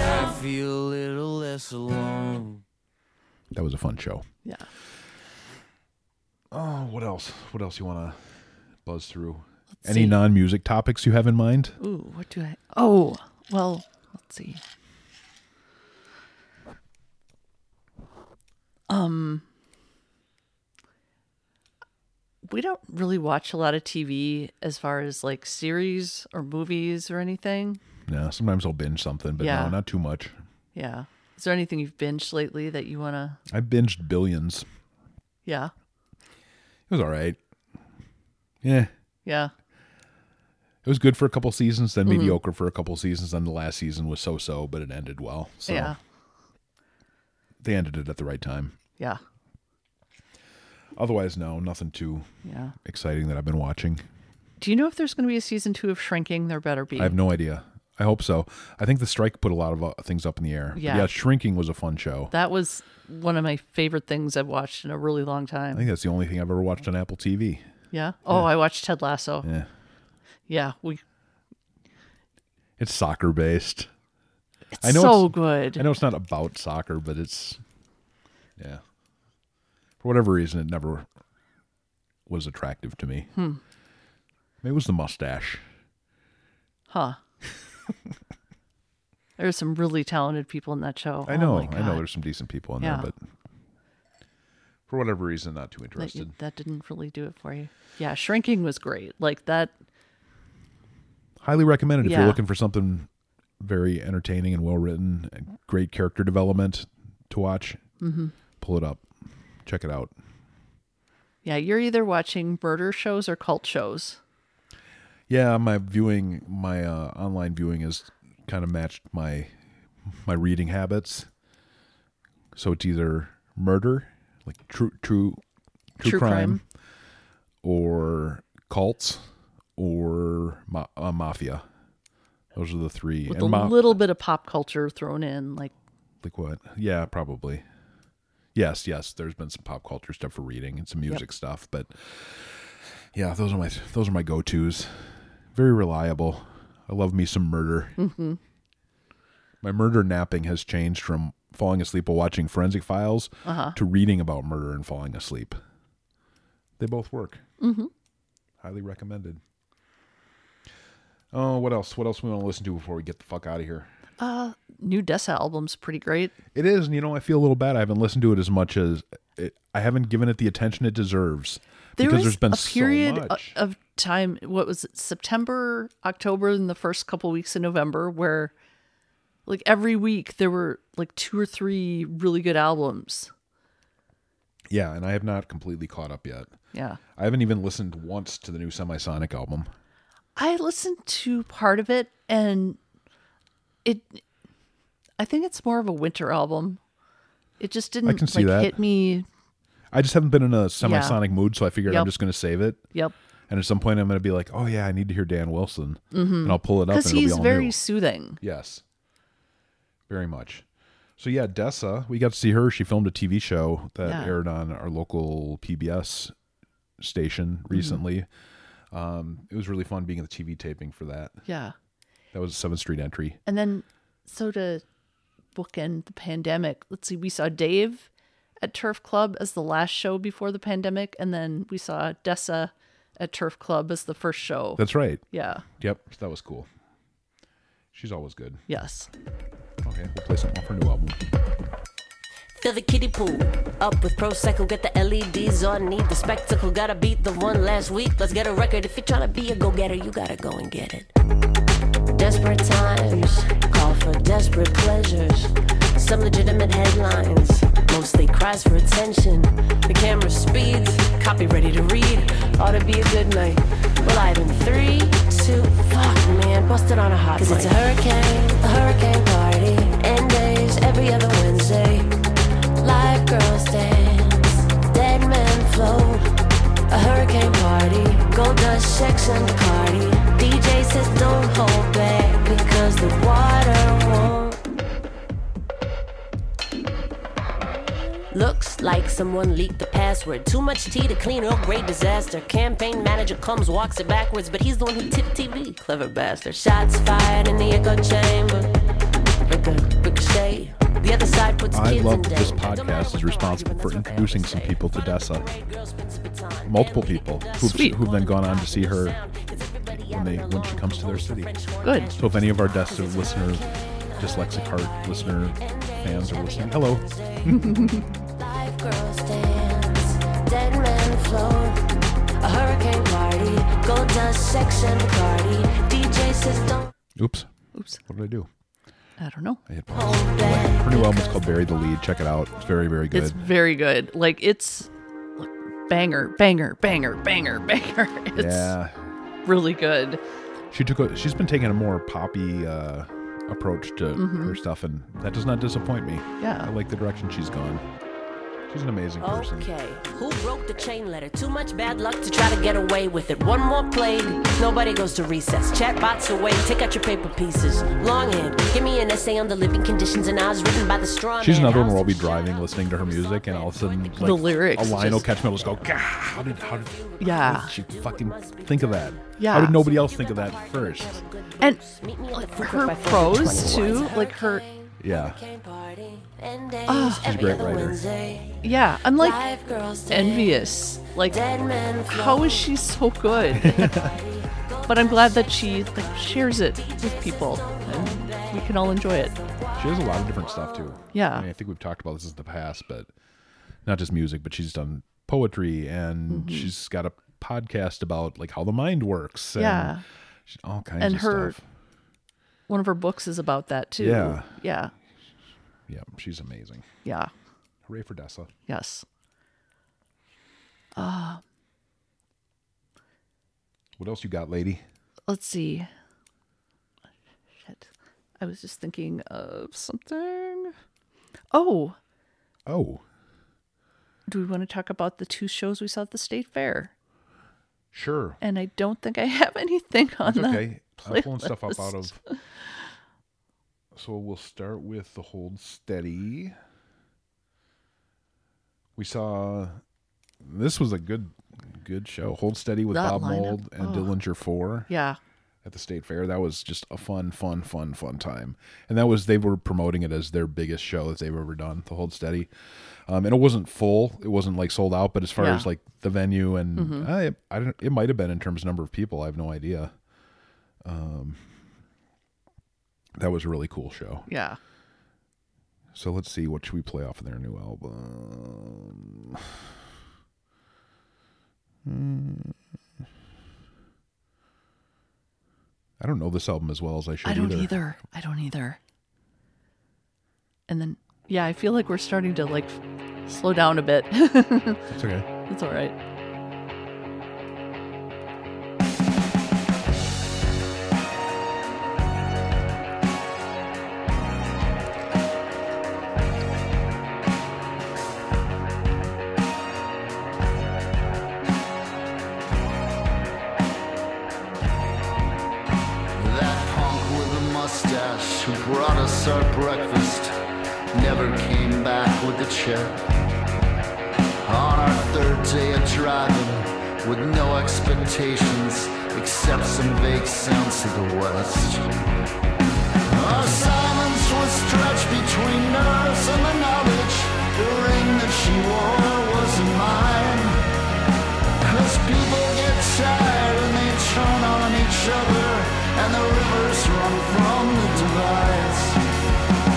S9: I feel a little less alone.
S2: That was a fun show.
S1: Yeah.
S2: Oh, what else? What else you want to buzz through? Any non-music topics you have in mind?
S1: Ooh, what do I? Oh, well, let's see. Um, we don't really watch a lot of TV as far as like series or movies or anything.
S2: No. Sometimes I'll binge something, but
S1: Yeah.
S2: no, not too much.
S1: Yeah. Is there anything you've binged lately that you want to?
S2: I binged Billions.
S1: Yeah.
S2: It was all right. Yeah,
S1: Yeah.
S2: it was good for a couple seasons,
S1: Mm-hmm.
S2: then mediocre for a couple seasons. Then the last season was so-so, but it ended well. So
S1: Yeah.
S2: they ended it at the right time.
S1: Yeah.
S2: Otherwise, no, nothing too
S1: Yeah.
S2: exciting that I've been watching.
S1: Do you know if there's going to be a season two of Shrinking? There better be.
S2: I have no idea. I hope so. I think the strike put a lot of uh, things up in the air. But
S1: Yeah.
S2: yeah, Shrinking was a fun show.
S1: that was one of my favorite things I've watched in a really long
S2: I
S1: time.
S2: think that's the only thing I've ever watched on Apple TV.
S1: Yeah. Oh, I watched Ted Lasso.
S2: Yeah.
S1: Yeah. We
S2: It's soccer based.
S1: It's
S2: I know
S1: so
S2: it's-
S1: good.
S2: I know it's not about soccer, but it's yeah. For whatever reason, it never was attractive to me.
S1: Hmm.
S2: Maybe it was the mustache.
S1: Huh. there are some really talented people in that show.
S2: I
S1: Oh
S2: know,
S1: my
S2: I know.
S1: God.
S2: There's some decent people in
S1: Yeah.
S2: there, but for whatever reason, not too
S1: that, you-
S2: interested.
S1: that didn't really do it for you. Yeah, shrinking was great. Like that.
S2: Highly recommended if
S1: Yeah.
S2: you're looking for something very entertaining and well written, and great character development to watch. Mm-hmm. Pull it up, check it out.
S1: Yeah, you're either watching murder shows or cult shows.
S2: Yeah, my viewing, my uh, online viewing has kind of matched my my reading habits. So it's either murder, like true true true,
S1: True
S2: crime,
S1: crime.
S2: or cults, or ma- uh, mafia. Those are the three.
S1: with
S2: And
S1: a
S2: ma-
S1: little bit of pop culture thrown in. Like,
S2: like what? Yeah, probably. Yes, yes. There's been some pop culture stuff for reading and some music stuff, but yeah, those are my those are my go tos. Very reliable. I love me some murder. My murder napping has changed from falling asleep while watching Forensic Files to reading about murder and falling asleep. They both work. Mm-hmm. Highly recommended. Oh, what else? What else we want to listen to before we get the fuck out of here?
S1: uh, new Dessa album's pretty great.
S2: It is, and you know, I feel a little bad. I haven't listened to it as much as it, I haven't given it the attention it deserves
S1: There
S2: because
S1: was
S2: there's been
S1: a period uh,
S2: so
S1: o-
S2: much.
S1: of time. What was it? September, October, and the first couple weeks in November, where like every week there were like two or three really good albums.
S2: yeah, and I have not completely caught up yet.
S1: Yeah,
S2: I haven't even listened once to the new Semisonic album.
S1: I listened to part of it, and it. I think it's more of a winter album. It just didn't
S2: can see
S1: like
S2: that.
S1: hit me.
S2: I just haven't been in a Semisonic mood, so I figured
S1: Yep.
S2: I'm just going to save it.
S1: Yep,
S2: And at some point, I'm going to be like, "Oh yeah, I need to hear Dan Wilson," and I'll pull it up.
S1: Mm-hmm. because
S2: and it'll be
S1: he's
S2: all
S1: very
S2: new.
S1: soothing.
S2: Yes. Very much. So yeah, Dessa, we got to see her. She filmed a TV show that
S1: Yeah.
S2: aired on our local PBS station
S10: Mm-hmm.
S2: recently. Um, it was really fun being at the TV taping for that.
S1: Yeah.
S2: That was a Seventh Street entry.
S1: And then, so to bookend the pandemic, let's see, we saw Dave at Turf Club as the last show before the pandemic, and then we saw Dessa at Turf Club as the first show.
S2: That's right.
S1: yeah.
S2: Yep, that was cool. She's always good.
S1: Yes.
S2: Okay, we'll play something off her new album.
S10: Fill the kiddie pool up with Prosecco. Get the LEDs on. Need the spectacle. Gotta beat the one last week. Let's get a record. If you're trying to be a go-getter, you gotta go and get it. Desperate times call for desperate pleasures. Some legitimate headlines, mostly cries for attention. The camera speeds, copy ready to read. Ought to be a good night. We're live in three, two, fuck man, busted on a hot. Cause it's a hurricane, a hurricane party. End days every other Wednesday. Live girls dance, dead men float. A hurricane party, gold dust, checks and Cardi. DJ says don't hold back because the water won't. Looks like someone leaked the password. Too much tea to clean Earl Grey disaster. Campaign manager comes, walks it backwards, but he's the one who tipped TV. Clever bastard. Shots fired in the echo chamber. Rico- Ricochet. The other side puts
S2: I
S10: kids in
S2: love that this
S10: danger. Don't matter
S2: podcast is
S10: what the
S2: responsible
S10: argument,
S2: for
S10: that's what they
S2: introducing
S10: always
S2: some
S10: say.
S2: people to Dessa. Multiple
S10: Multiple
S2: people
S10: people
S2: who've,
S1: Sweet.
S2: who've then gone on to see her when they when she comes to their city.
S1: Good.
S2: So if any of our Dessa listener, dyslexic heart listener fans are listening, hello.
S10: Live girls dance, dead men float. A hurricane party, gold dust, sex and Bacardi. DJ says don't
S2: Oops,
S1: Oops.
S2: what did I do?
S1: I don't know.
S2: I hit pause.
S10: hold back.
S2: Her new album's called "Bury the Lead." Check it out. It's very very good.
S1: It's very good. Like, it's banger, banger, banger, banger, banger. It's
S2: yeah,
S1: really good.
S2: she took a, she's been taking a more poppy uh, approach to her stuff, and that does not disappoint me.
S1: Mm-hmm. Yeah.
S2: I like the direction she's gone. She's an amazing person.
S10: Okay. Who broke the chain letter? Too much bad luck to try to get away with it. One more plague, nobody goes to recess. Chatbots away, take out your paper pieces. Longhand, give me an essay on the living conditions and odds written by the strong.
S2: She's
S10: man.
S2: another one where
S10: How's
S2: I'll be
S10: the
S2: driving,
S10: shot?
S2: listening to her music, and all of a sudden, like,
S1: The lyrics
S2: a line will
S1: just-
S2: catch me. I'll just go, God, how did how did
S1: Yeah.
S2: she fucking think of that? How
S1: Yeah.
S2: did nobody else think of that first?
S1: And
S10: Meet me on the food court
S1: her
S10: by 4 to
S1: prose too,
S10: 21.
S1: like her
S2: Yeah,
S10: She's
S2: a great writer.
S1: yeah, I'm like envious. Like how is she so good? but I'm glad that she like shares it with people and we can all enjoy it.
S2: she has a lot of different stuff too.
S1: Yeah.
S2: I, mean, I think we've talked about this in the past, but not just music, but she's done poetry and
S1: Mm-hmm.
S2: she's got a podcast about like how the mind works. And
S1: Yeah.
S2: she- all kinds
S1: And
S2: of
S1: her-
S2: stuff.
S1: One of her books is about that too.
S2: Yeah.
S1: Yeah.
S2: Yeah, she's amazing.
S1: Yeah.
S2: Hooray for Dessa.
S1: Yes.
S2: What else you got, lady?
S1: Let's see. Shit. I was just thinking of something. Oh,
S2: Oh,
S1: do we want to talk about the two shows we saw at the state fair?
S2: sure.
S1: And I don't think I have anything on
S2: It's
S1: that.
S2: okay. I'm pulling stuff up out
S1: playlist.
S2: of. So we'll start with the hold steady. We saw this was a good good show. Hold steady with
S1: That
S2: Bob
S1: lineup,
S2: Mold and
S1: oh.
S2: Dillinger Four
S1: Yeah.
S2: at the state fair. That was just a fun, fun, fun, fun time. And that was they were promoting it as their biggest show that they've ever done. The hold steady, um, and it wasn't full. It wasn't like sold out. But as far
S1: Yeah.
S2: as like the venue and uh, it, I don't, it might have been in terms of number of people. I have no idea. Um, that was a really cool show.
S1: Yeah.
S2: So let's see what should we play off of their new album. Hmm. I don't know this album as well as I should
S1: I don't
S2: either.
S1: either. I don't either. And then, yeah, I feel like we're starting to like f- slow down a bit. That's
S2: It's okay.
S1: all right.
S8: That punk with a mustache who brought us our breakfast never came back with the check. On our third day of driving, with no expectations except some vague sense of the West. Our silence was stretched between nerves and the knowledge the ring that she wore wasn't mine. Cause people get tired and they turn on each other and the rivers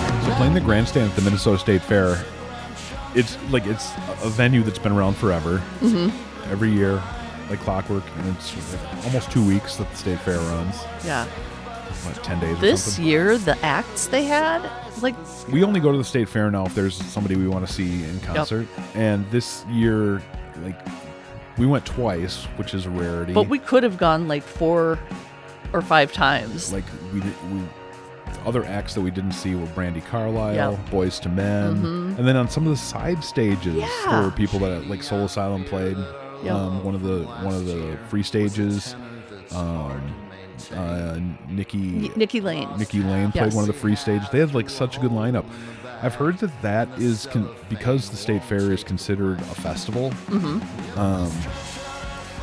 S8: run from the divides.
S2: So playing the grandstand at the Minnesota State Fair, it's like it's a venue that's been around forever,
S1: Mm-hmm.
S2: every year, like clockwork, and it's almost two weeks that the state fair runs,
S1: Yeah.
S2: what, ten days. or
S1: This
S2: something?
S1: year, the acts they had, like,
S2: we only go to the state fair now if there's somebody we want to see in concert. And this year, like, we went twice, which is a rarity.
S1: but we could have gone like four or five times.
S2: like we, we other acts that we didn't see were Brandy Carlisle,
S1: Yeah. Mm-hmm.
S2: Boys to Men, and then on some of the side stages there
S1: Yeah.
S2: were people that like Soul Asylum played.
S1: Yeah.
S2: Um, one of the one of the free stages. Um, uh, Nikki
S1: N- Nikki Lane.
S2: Nikki Lane played
S1: Yes.
S2: one of the free stage. They had like such a good lineup. I've heard that that is con- because the state fair is considered a festival. Mm-hmm. Um,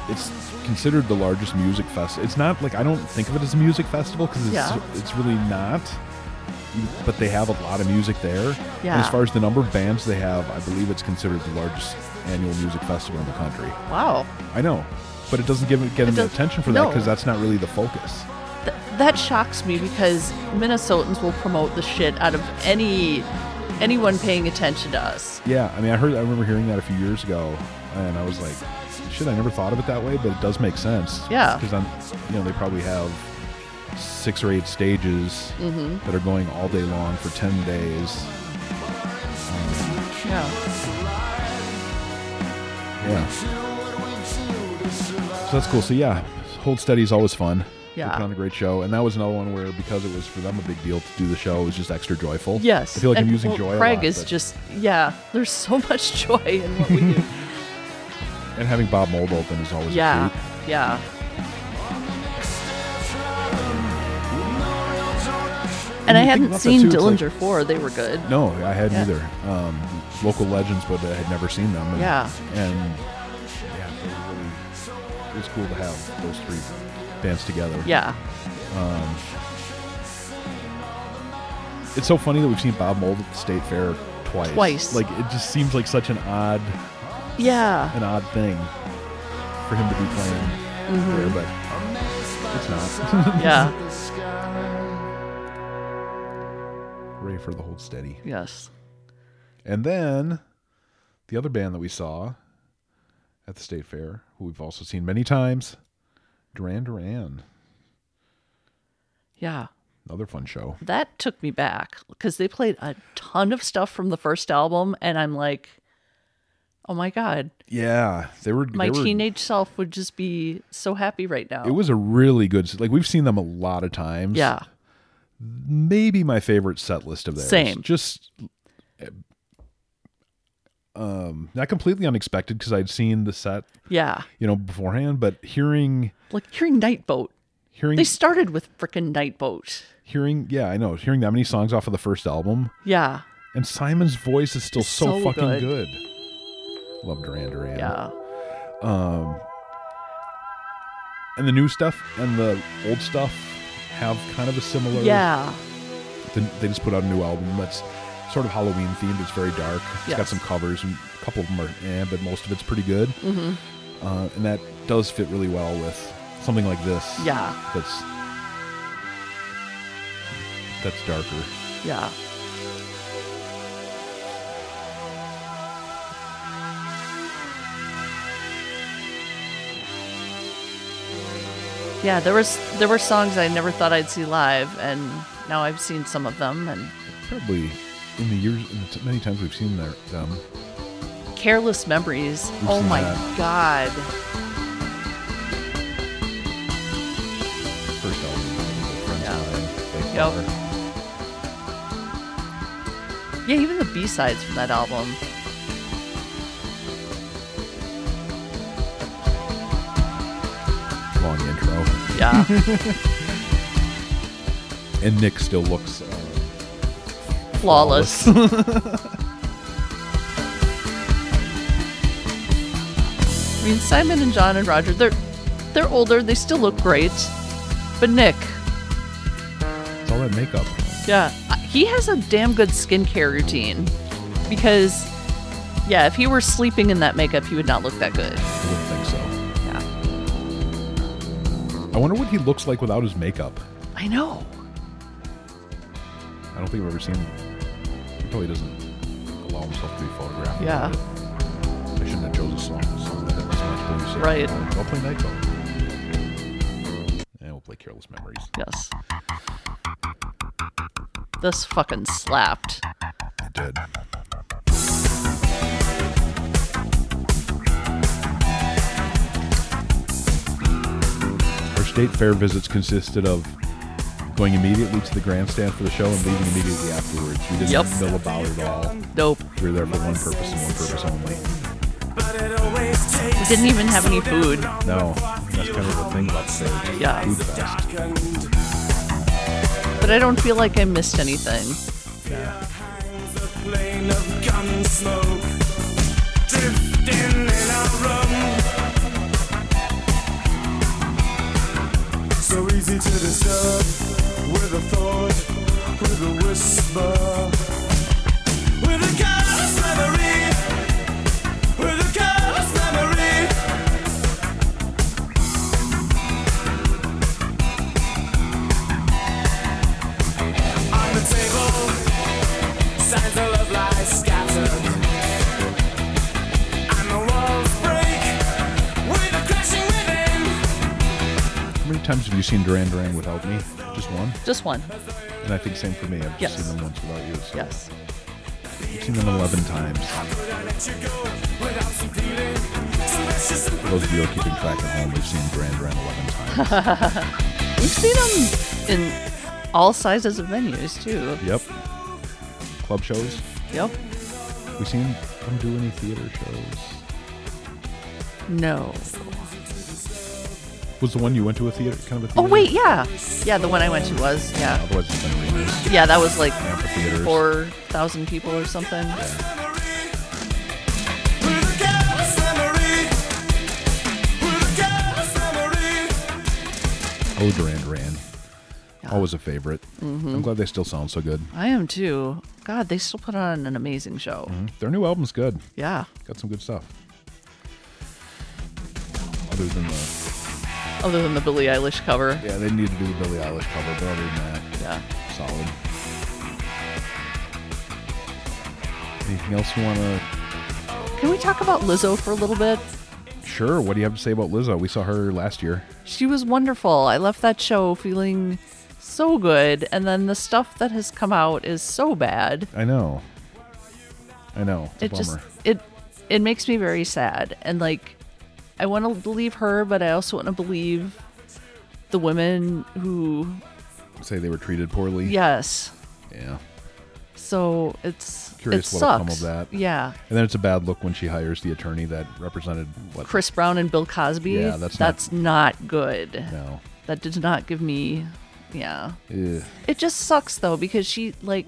S2: it's considered the largest music fest. It's not like I don't think of it as a music festival because it's
S1: Yeah.
S2: it's really not. But they have a lot of music there. And
S1: Yeah.
S2: as far as the number of bands they have, I believe it's considered the largest annual music festival in the country.
S1: Wow.
S2: I know, but it doesn't give it get the
S1: does-
S2: attention for that
S1: no.
S2: because that's not really the focus.
S1: Th- that shocks me because Minnesotans will promote the shit out of any anyone paying attention to us.
S2: Yeah, I mean, I heard, I remember hearing that a few years ago, and I was like, "Shit, I never thought of it that way," but it does make sense.
S1: Yeah.
S2: because I'm, you know, they probably have six or eight stages
S1: Mm-hmm.
S2: that are going all day long for ten days.
S1: Yeah.
S2: Yeah, so that's cool. So yeah, hold steady is always fun. They put
S1: Yeah.
S2: on a great show, and that was another one where because it was for them a big deal to do the show, it was just extra joyful.
S1: Yes.
S2: I feel like
S1: and,
S2: I'm using
S1: well,
S2: joy.
S1: Craig
S2: a lot,
S1: is
S2: but-
S1: just yeah. There's so much joy in what we do.
S2: and having Bob Mold open is always a
S1: yeah.
S2: treat.
S1: Yeah. And I
S2: You think
S1: hadn't
S2: about that
S1: seen
S2: too, it's like-
S1: Dillinger 4. They were good.
S2: No, I hadn't
S1: Yeah.
S2: either. Um, local legends, but I had never seen them. And,
S1: Yeah.
S2: And yeah, they were really, it was cool to have those three bands together.
S1: Yeah.
S2: It's so funny that we've seen Bob Mold at the State Fair twice.
S1: Twice.
S2: Like it just seems like such an odd,
S1: Yeah.
S2: an odd thing for him to be playing
S1: Mm-hmm.
S2: there, but it's not.
S1: Yeah.
S2: Ray for the hold steady.
S1: Yes.
S2: And then the other band that we saw at the state fair, who we've also seen many times, Duran Duran.
S1: Yeah.
S2: Another fun show.
S1: That took me back because they played a ton of stuff from the first album, and I'm like, oh my God.
S2: Yeah, they were.
S1: My
S2: they were-
S1: teenage self would just be so happy right now.
S2: It was a really good. Like we've seen them a lot of times.
S1: yeah.
S2: maybe my favorite set list of theirs.
S1: Same.
S2: Just. Um, not completely unexpected because I'd seen the set,
S1: Yeah.
S2: you know, beforehand, but hearing,
S1: Like hearing Night Boat.
S2: hearing,
S1: They started with frickin' Night Boat.
S2: hearing, yeah, I know, hearing that many songs off of the first album,
S1: Yeah.
S2: And Simon's voice is still
S1: It's
S2: so,
S1: so
S2: fucking good.
S1: good.
S2: Love Duran Duran.
S1: Yeah.
S2: And the new stuff and the old stuff have kind of a similar.
S1: Yeah.
S2: They, they just put out a new album that's sort of Halloween themed. It's very dark. It's got
S1: Yes.
S2: some covers. And a couple of them are, eh, but most of it's pretty good. Mm-hmm. Uh, and that does fit really well with something like this.
S1: Yeah.
S2: That's that's darker.
S1: Yeah. Yeah, there was there were songs I never thought I'd see live, and now I've seen some of them. And
S2: Probably in the years, in the t- many times we've seen their, um, them.
S1: "Careless Memories,"
S2: We've
S1: oh
S2: seen
S1: my
S2: that.
S1: god,
S2: first album, Friends
S1: Yeah.
S2: of Mine, by
S1: Yep.
S2: far.
S1: yeah, even the B sides from that album.
S2: long intro.
S1: Yeah,
S2: And Nick still looks. Uh,
S1: flawless. I mean, Simon and John and Roger, they're they're older. They still look great, but Nick,
S2: it's all that makeup.
S1: Yeah, uh, he has a damn good skincare routine because, yeah, if he were sleeping in that makeup, he would not look that good.
S2: I wouldn't think so.
S1: Yeah,
S2: I wonder what he looks like without his makeup.
S1: I know.
S2: I don't think I've ever seen. He probably doesn't allow himself to be photographed.
S1: Yeah.
S2: I shouldn't have chosen a song. song that was much more you say.
S1: Right.
S2: I'll play Nightfall. And we'll play Careless Memories.
S1: Yes. This fucking slapped.
S2: I did. Our state fair visits consisted of going immediately to the grandstand for the show and leaving immediately afterwards. We didn't
S1: Yep.
S2: mill about at all.
S1: Nope.
S2: We were there for one purpose and one purpose only.
S1: We didn't even have any food.
S2: No, that's kind of the thing about the fair.
S1: Yeah.
S2: Food fest.
S1: But I don't feel like I missed anything.
S11: So easy to disturb with a thought, with a whisper. With a careless memory, with a careless memory. On the table, signs of love lie scattered. And the walls break with a crashing within.
S2: How many times have you seen Duran Duran without me? Just one?
S1: Just one.
S2: And I think same for me. I've just
S1: Yes.
S2: seen them once without you. So
S1: Yes.
S2: I've seen them 11 times. For those of you who are keeping track at home, we've seen Duran Duran 11 times.
S1: We've seen them in all sizes of venues too.
S2: Yep. Club shows.
S1: Yep.
S2: We seen them do any theater shows.
S1: No.
S2: Was the one you went to a theater kind of a theater?
S1: Oh wait, yeah, yeah. The one I went to was yeah,
S2: Otherwise, it's been remixed.
S1: yeah. That was like
S2: Amphitheaters.
S1: four thousand people or something.
S2: Oh, Duran Duran. Always a favorite.
S1: Mm-hmm.
S2: I'm glad they still sound so good.
S1: I am too. God, they still put on an amazing show.
S2: Hmm? Their new album's good.
S1: Yeah.
S2: Got some good stuff. Other than the
S1: Other than the Billie Eilish cover.
S2: yeah, they need to do the Billie Eilish cover, but other than that,
S1: Yeah.
S2: solid. Anything else you want to?
S1: Can we talk about Lizzo for a little bit?
S2: Sure. What do you have to say about Lizzo? We saw her last year.
S1: She was wonderful. I left that show feeling so good, and then the stuff that has come out is so bad.
S2: I know. I know. It's a
S1: it
S2: bummer.
S1: just it it makes me very sad and like i want to believe her but i also want to believe the women who
S2: Say they were treated poorly.
S1: yes
S2: Yeah.
S1: so it's
S2: Curious
S1: it
S2: what'll come
S1: sucks.
S2: of that.
S1: yeah
S2: And then it's a bad look when she hires the attorney that represented what?
S1: chris brown and bill cosby
S2: Yeah, that's not-
S1: not, good
S2: No.
S1: that did not give me yeah
S2: Ugh.
S1: it just sucks though because she like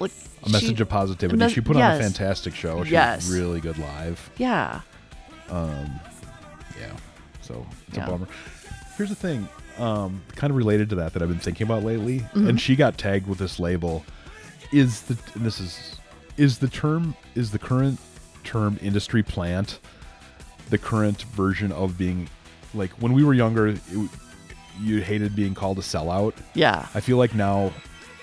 S1: like
S2: A message
S1: she,
S2: of positivity.
S1: mes-
S2: she put on
S1: yes.
S2: a fantastic show. She
S1: Yes.
S2: was really good live.
S1: yeah
S2: Yeah. So it's
S1: Yeah.
S2: a bummer. Here's the thing, um, kind of related to that that I've been thinking about lately,
S1: Mm-hmm.
S2: and she got tagged with this label. Is the and this is is the term is the current term industry plant the current version of being like when we were younger it, w- you hated being called a sellout.
S1: yeah
S2: I feel like now,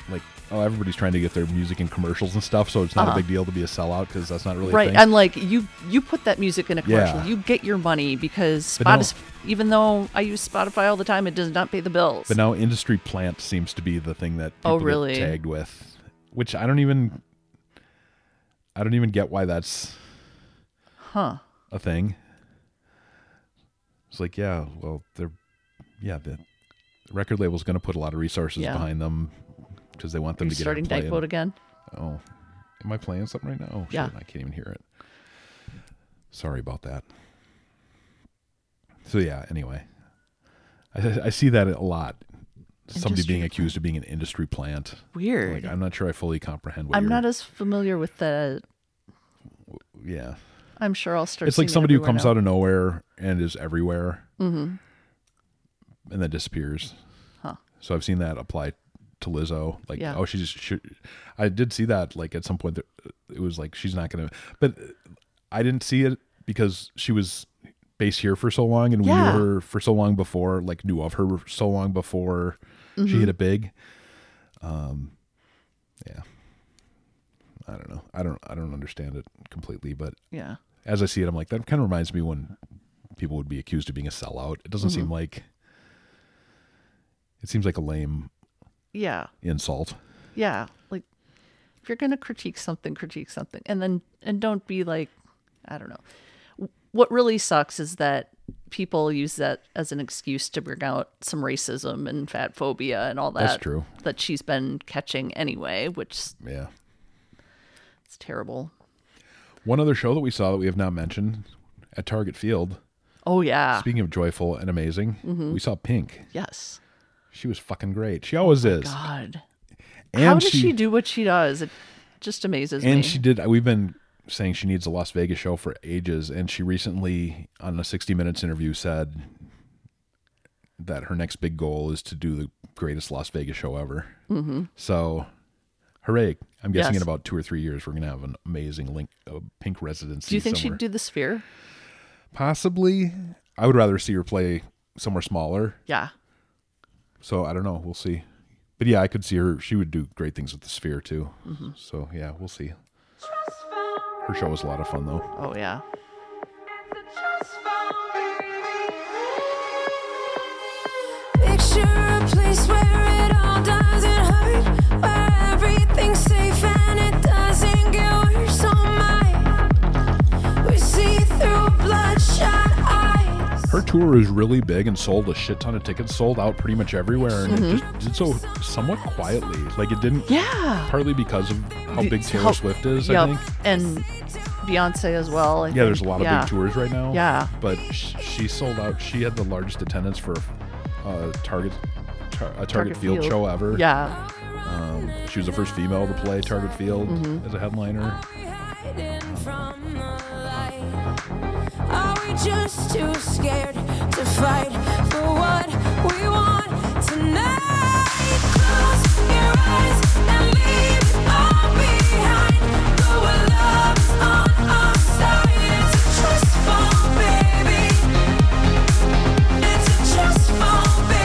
S2: like oh everybody's trying to get their music in commercials and stuff, so it's not a big deal to be a sellout because that's not really a
S1: Uh-huh. Right.
S2: thing.
S1: I'm like, you you put that music in a commercial.
S2: Yeah.
S1: You get your money because
S2: But now-
S1: Spotify, even though I use Spotify all the time, it does not pay the bills.
S2: But now industry plant seems to be the thing that people
S1: Oh,
S2: get
S1: really?
S2: tagged with, which I don't even I don't even get why that's
S1: Huh.
S2: a thing. It's like, yeah, well, they're yeah, the record label's going to put a lot of resources
S1: Yeah.
S2: behind them because they want them
S1: You're
S2: to get
S1: starting
S2: out and
S1: Dyke
S2: play
S1: Boat
S2: and-
S1: again?
S2: Oh. Am I playing something right now? Oh, shit,
S1: Yeah.
S2: I can't even hear it. Sorry about that. So yeah, anyway. I, I see that a lot. Somebody
S1: Industry
S2: being accused of being an industry plant.
S1: Weird.
S2: Like I'm not sure I fully comprehend what
S1: I'm
S2: you're-
S1: not as familiar with the.
S2: Yeah.
S1: I'm sure I'll start.
S2: It's like
S1: seeing it
S2: somebody who
S1: everywhere
S2: comes
S1: now.
S2: out of nowhere and is everywhere. Mm-hmm. And then disappears.
S1: Huh.
S2: So I've seen that apply to Lizzo. Like,
S1: Yeah.
S2: oh, she's. She, I did see that. Like at some point, that uh, it was like she's not gonna. But uh, I didn't see it because she was based here for so long, and
S1: Yeah.
S2: we knew her for so long before. Like knew of her so long before she
S1: Mm-hmm.
S2: hit it big. Um. Yeah. I don't know. I don't. I don't understand it completely, but
S1: Yeah.
S2: as I see it, I'm like, that kind of reminds me when people would be accused of being a sellout. It doesn't
S1: Mm-hmm.
S2: seem like it seems like a lame
S1: Yeah.
S2: insult.
S1: Yeah. Like, if you're gonna critique something, critique something, and then and don't be like, I don't know. What really sucks is that people use that as an excuse to bring out some racism and fat phobia and all that.
S2: That's true.
S1: That she's been catching anyway, which is
S2: Yeah.
S1: terrible.
S2: One other show that we saw that we have not mentioned at Target Field.
S1: Oh yeah.
S2: Speaking of joyful and amazing,
S1: Mm-hmm.
S2: we saw Pink.
S1: yes.
S2: She was fucking great. She always is.
S1: Oh God.
S2: And
S1: How does she, do what she does? It just amazes me.
S2: And she did. We've been saying she needs a Las Vegas show for ages, and she recently, on a 60 Minutes interview, said that her next big goal is to do the greatest Las Vegas show ever. Mm-hmm. So, hooray! I'm guessing
S1: Yes.
S2: in about two or three years, we're gonna have an amazing link, a pink residency.
S1: do you think
S2: somewhere.
S1: she'd do the sphere?
S2: Possibly. I would rather see her play somewhere smaller.
S1: Yeah.
S2: So I don't know. We'll see. But yeah, I could see her. She would do great things with the Sphere too.
S1: Mm-hmm.
S2: So yeah, we'll see. Her show was a lot of fun though.
S1: Oh yeah.
S3: Picture a place where it all doesn't hurt, where everything's safe and it doesn't get worse. Oh my, we see through bloodshot eyes.
S2: Her tour is really big and sold a shit ton of tickets, sold out pretty much everywhere, and it
S1: Mm-hmm.
S2: just did so somewhat quietly. Like it didn't.
S1: Yeah.
S2: Partly because of how
S1: The-
S2: big Taylor
S1: how-
S2: Swift is,
S1: yep.
S2: I think.
S1: And Beyonce as well. I
S2: Yeah, there's a
S1: think.
S2: lot of
S1: Yeah.
S2: big tours right now.
S1: Yeah.
S2: But sh- she sold out. She had the largest attendance for uh, Target tar- a Target,
S1: Target
S2: Field,
S1: Field.
S2: show ever.
S1: Yeah.
S2: Um, she was the first female to play Target Field
S1: Mm-hmm.
S2: as a headliner.
S3: hiding from the light? Are we just too scared to fight for what we want tonight? Close your eyes and leave it all behind. Go where love is on our side. It's a trust fall, baby. It's a trust fall, baby.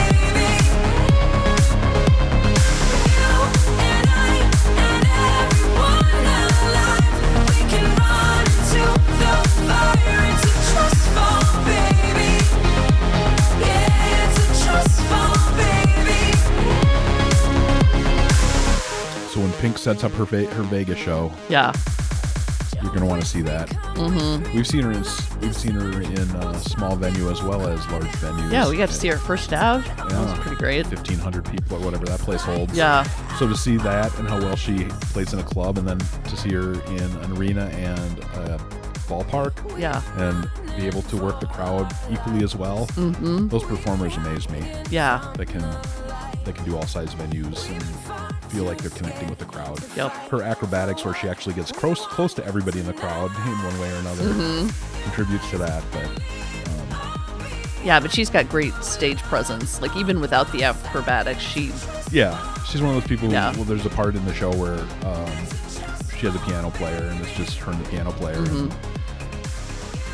S2: So when Pink sets up her Ve- her Vegas show,
S1: Yeah.
S2: you're gonna want to see that. Mm-hmm. We've seen her in s- we've seen her in uh, small venue as well as large venues.
S1: Yeah. We got to see her first out. That was
S2: Yeah.
S1: pretty great.
S2: 1500 people or whatever that place holds.
S1: Yeah.
S2: So to see that and how well she plays in a club, and then to see her in an arena and a ballpark,
S1: Yeah.
S2: and be able to work the crowd equally as well. Mm-hmm. Those performers amaze me.
S1: Yeah.
S2: That can that can do all size venues and feel like they're connecting with the crowd.
S1: Yep.
S2: Her acrobatics, where she actually gets close close to everybody in the crowd in one way or another,
S1: Mm-hmm.
S2: contributes to that. But
S1: Yeah. But she's got great stage presence. Like even without the acrobatics, she.
S2: Yeah, she's one of those people. Who,
S1: Yeah.
S2: Well, there's a part in the show where um, she has a piano player, and it's just her and the piano player.
S1: Mm-hmm.
S2: And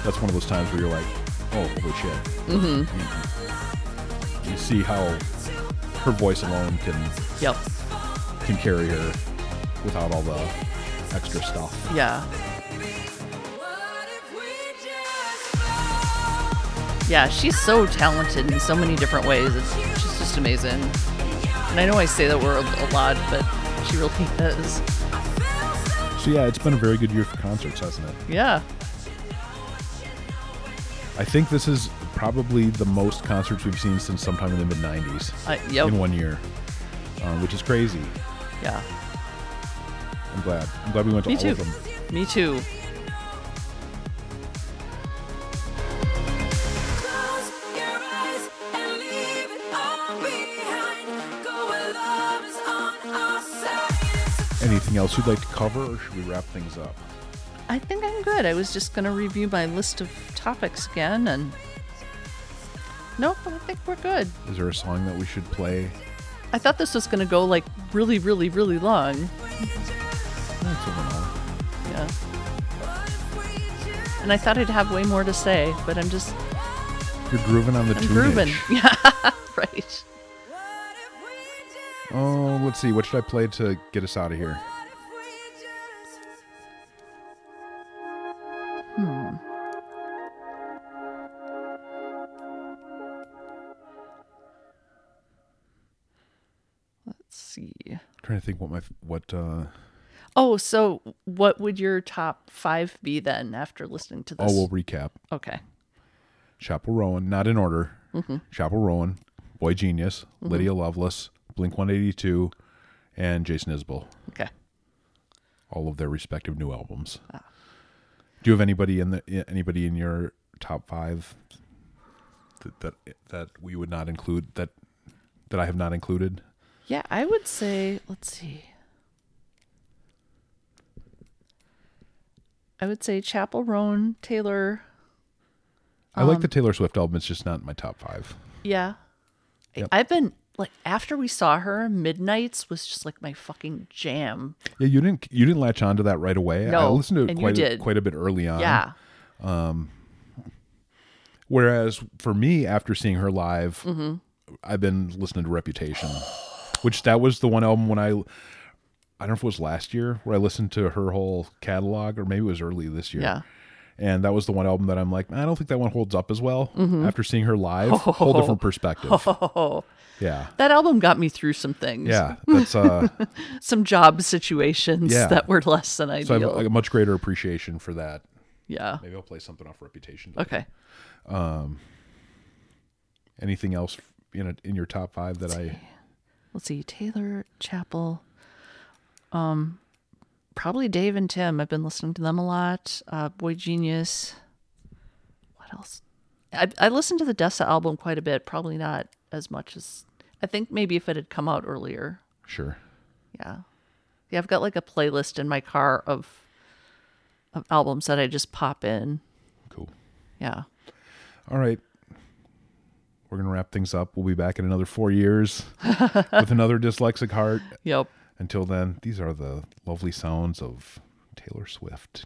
S2: that's one of those times where you're like, "Oh, holy shit!" Mm-hmm. You, you see how her voice alone can
S1: Yep.
S2: can carry her without all the extra stuff.
S1: Yeah. Yeah, she's so talented in so many different ways. It's, she's just amazing. And I know I say that word a lot, but she really is.
S2: So yeah, it's been a very good year for concerts, hasn't it?
S1: Yeah.
S2: I think this is probably the most concerts we've seen since sometime in the mid '90s
S1: I, Uh, yep.
S2: in one year, um, which is crazy.
S1: Yeah.
S2: I'm glad. I'm glad we went to
S1: Me
S2: all
S1: too.
S2: of them.
S1: Me too.
S2: Anything else you'd like to cover, or should we wrap things up?
S1: I think I'm good. I was just going to review my list of topics again and. Nope, I think we're good.
S2: Is there a song that we should play?
S1: I thought this was going to go like really, really, really long.
S2: That's overall.
S1: Yeah. And I thought I'd have way more to say, but I'm just
S2: You're grooving on the
S1: I'm
S2: tune.
S1: grooving. Yeah, right.
S2: Oh, let's see. What should I play to get us out of here?
S1: Let's see.
S2: trying to think what my f- what. uh
S1: Oh, so what would your top five be then after listening to this?
S2: Oh, we'll recap.
S1: okay.
S2: Chapel Rowan, not in order.
S1: Mm-hmm.
S2: Chapel Rowan, Boy Genius, Lydia Lovelace, Blink 182, and Jason Isbell.
S1: Okay.
S2: All of their respective new albums.
S1: Ah.
S2: Do you have anybody in the anybody in your top five that that, that we would not include that that I have not included?
S1: Yeah, I would say, let's see. I would say Chapel Roan, Taylor.
S2: I
S1: Um,
S2: like the Taylor Swift album. It's just not in my top five.
S1: Yeah. I-
S2: Yep.
S1: I've been like after we saw her, Midnight's was just like my fucking jam.
S2: Yeah, you didn't you didn't latch onto that right away. I
S1: No,
S2: listened to it
S1: and you
S2: quite a,
S1: did.
S2: quite a bit early on.
S1: Yeah.
S2: Whereas for me, after seeing her live,
S1: Mm-hmm.
S2: I've been listening to Reputation, which that was the one album when I, I don't know if it was last year where I listened to her whole catalog, or maybe it was early this year.
S1: Yeah.
S2: And that was the one album that I'm like, I don't think that one holds up as well
S1: Mm-hmm.
S2: after seeing her live. Whole different perspective.
S1: Oh,
S2: yeah.
S1: that album got me through some things.
S2: Yeah. That's uh
S1: Some job situations
S2: Yeah.
S1: that were less than ideal.
S2: so I have a much greater appreciation for that.
S1: yeah.
S2: Maybe I'll play something off Reputation.
S1: Okay.
S2: Anything else in a, in your top five that I?
S1: let's see, Taylor Chapel. Um, probably Dave and Tim. I've been listening to them a lot. Uh, Boy Genius. What else? I I listened to the Dessa album quite a bit. Probably not as much as I think. Maybe if it had come out earlier.
S2: Sure.
S1: Yeah, yeah. I've got like a playlist in my car of of albums that I just pop in.
S2: Cool.
S1: Yeah.
S2: All right. We're going to wrap things up. We'll be back in another four years with another dyslexic heart.
S1: Yep.
S2: Until then, these are the lovely sounds of Taylor Swift.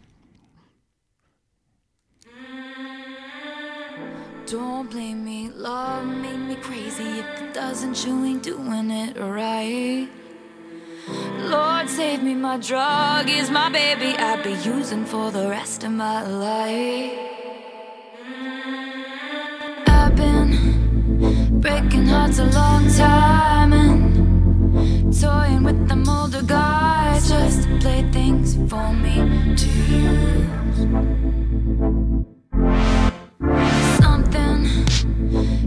S5: Don't blame me, love made me crazy. If it doesn't, you ain't doing it right. Lord, save me, my drug is my baby. I'd be using for the rest of my life. I've been breaking hearts a long time and toying with them older guys. Just to play things for me to use. Something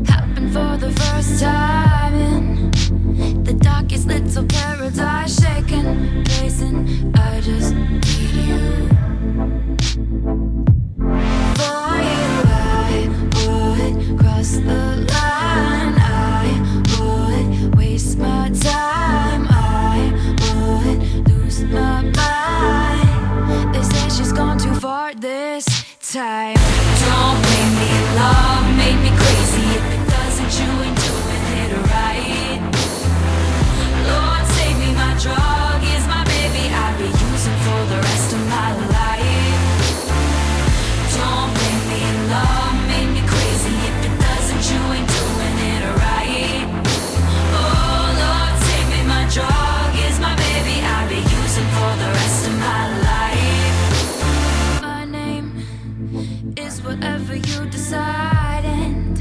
S5: happened for the first time in the darkest little paradise, shaking, blazing. I just need you. For you, I would cross the line. I would waste my time. I would lose my mind. They say she's gone too far this time. Don't blame me, love made me crazy. If it doesn't, you ain't doing it right. Lord, save me, my drug is my baby. I'll be using for the rest of my life. Don't blame me, love made me crazy. If it doesn't, you ain't doing it right. Oh, Lord, save me, my drug is my baby. I'll be using for the rest of my life. My name is whatever you decide, and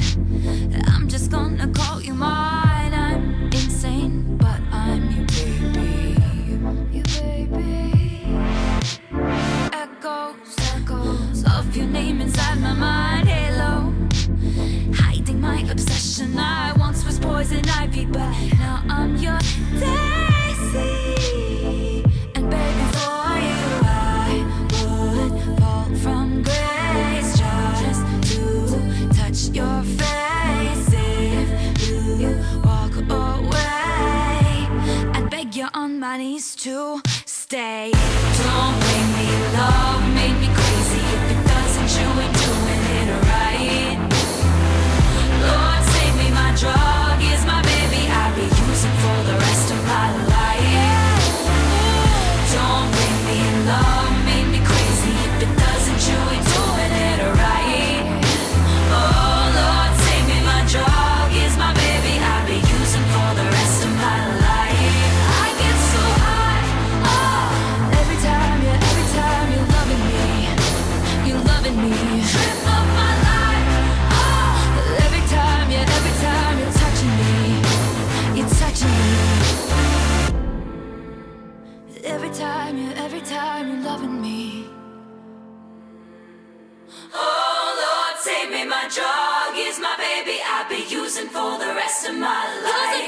S5: I'm just gonna call you mine. I'm insane, but I'm your baby, your baby. Echoes, echoes of your name inside my mind. Halo, hiding my obsession. I once was poison ivy, but now I'm your daisy. And baby, for you I would fall from grace just to touch your face. If you walk away, I'd beg you on my knees to stay. Don't blame me, love made me crazy. If it doesn't, you ain't doing it right. Lord, save me, my drug is my baby. I'll be using for the rest of my life. Don't blame me, love made me crazy. If it doesn't, you ain't doing it right. Oh Lord, save me, my drug is my baby. I'll be using for the rest of my life. I get so high, oh, every time, yeah, every time you're loving me, you're loving me. Trip up my life, oh, every time, yeah, every time you're touching me, you're touching me. Every time, yeah, every time you're loving me. Oh Lord, save me, my drug is my baby. I'll be using for the rest of my life. Oh, Oh, Oh,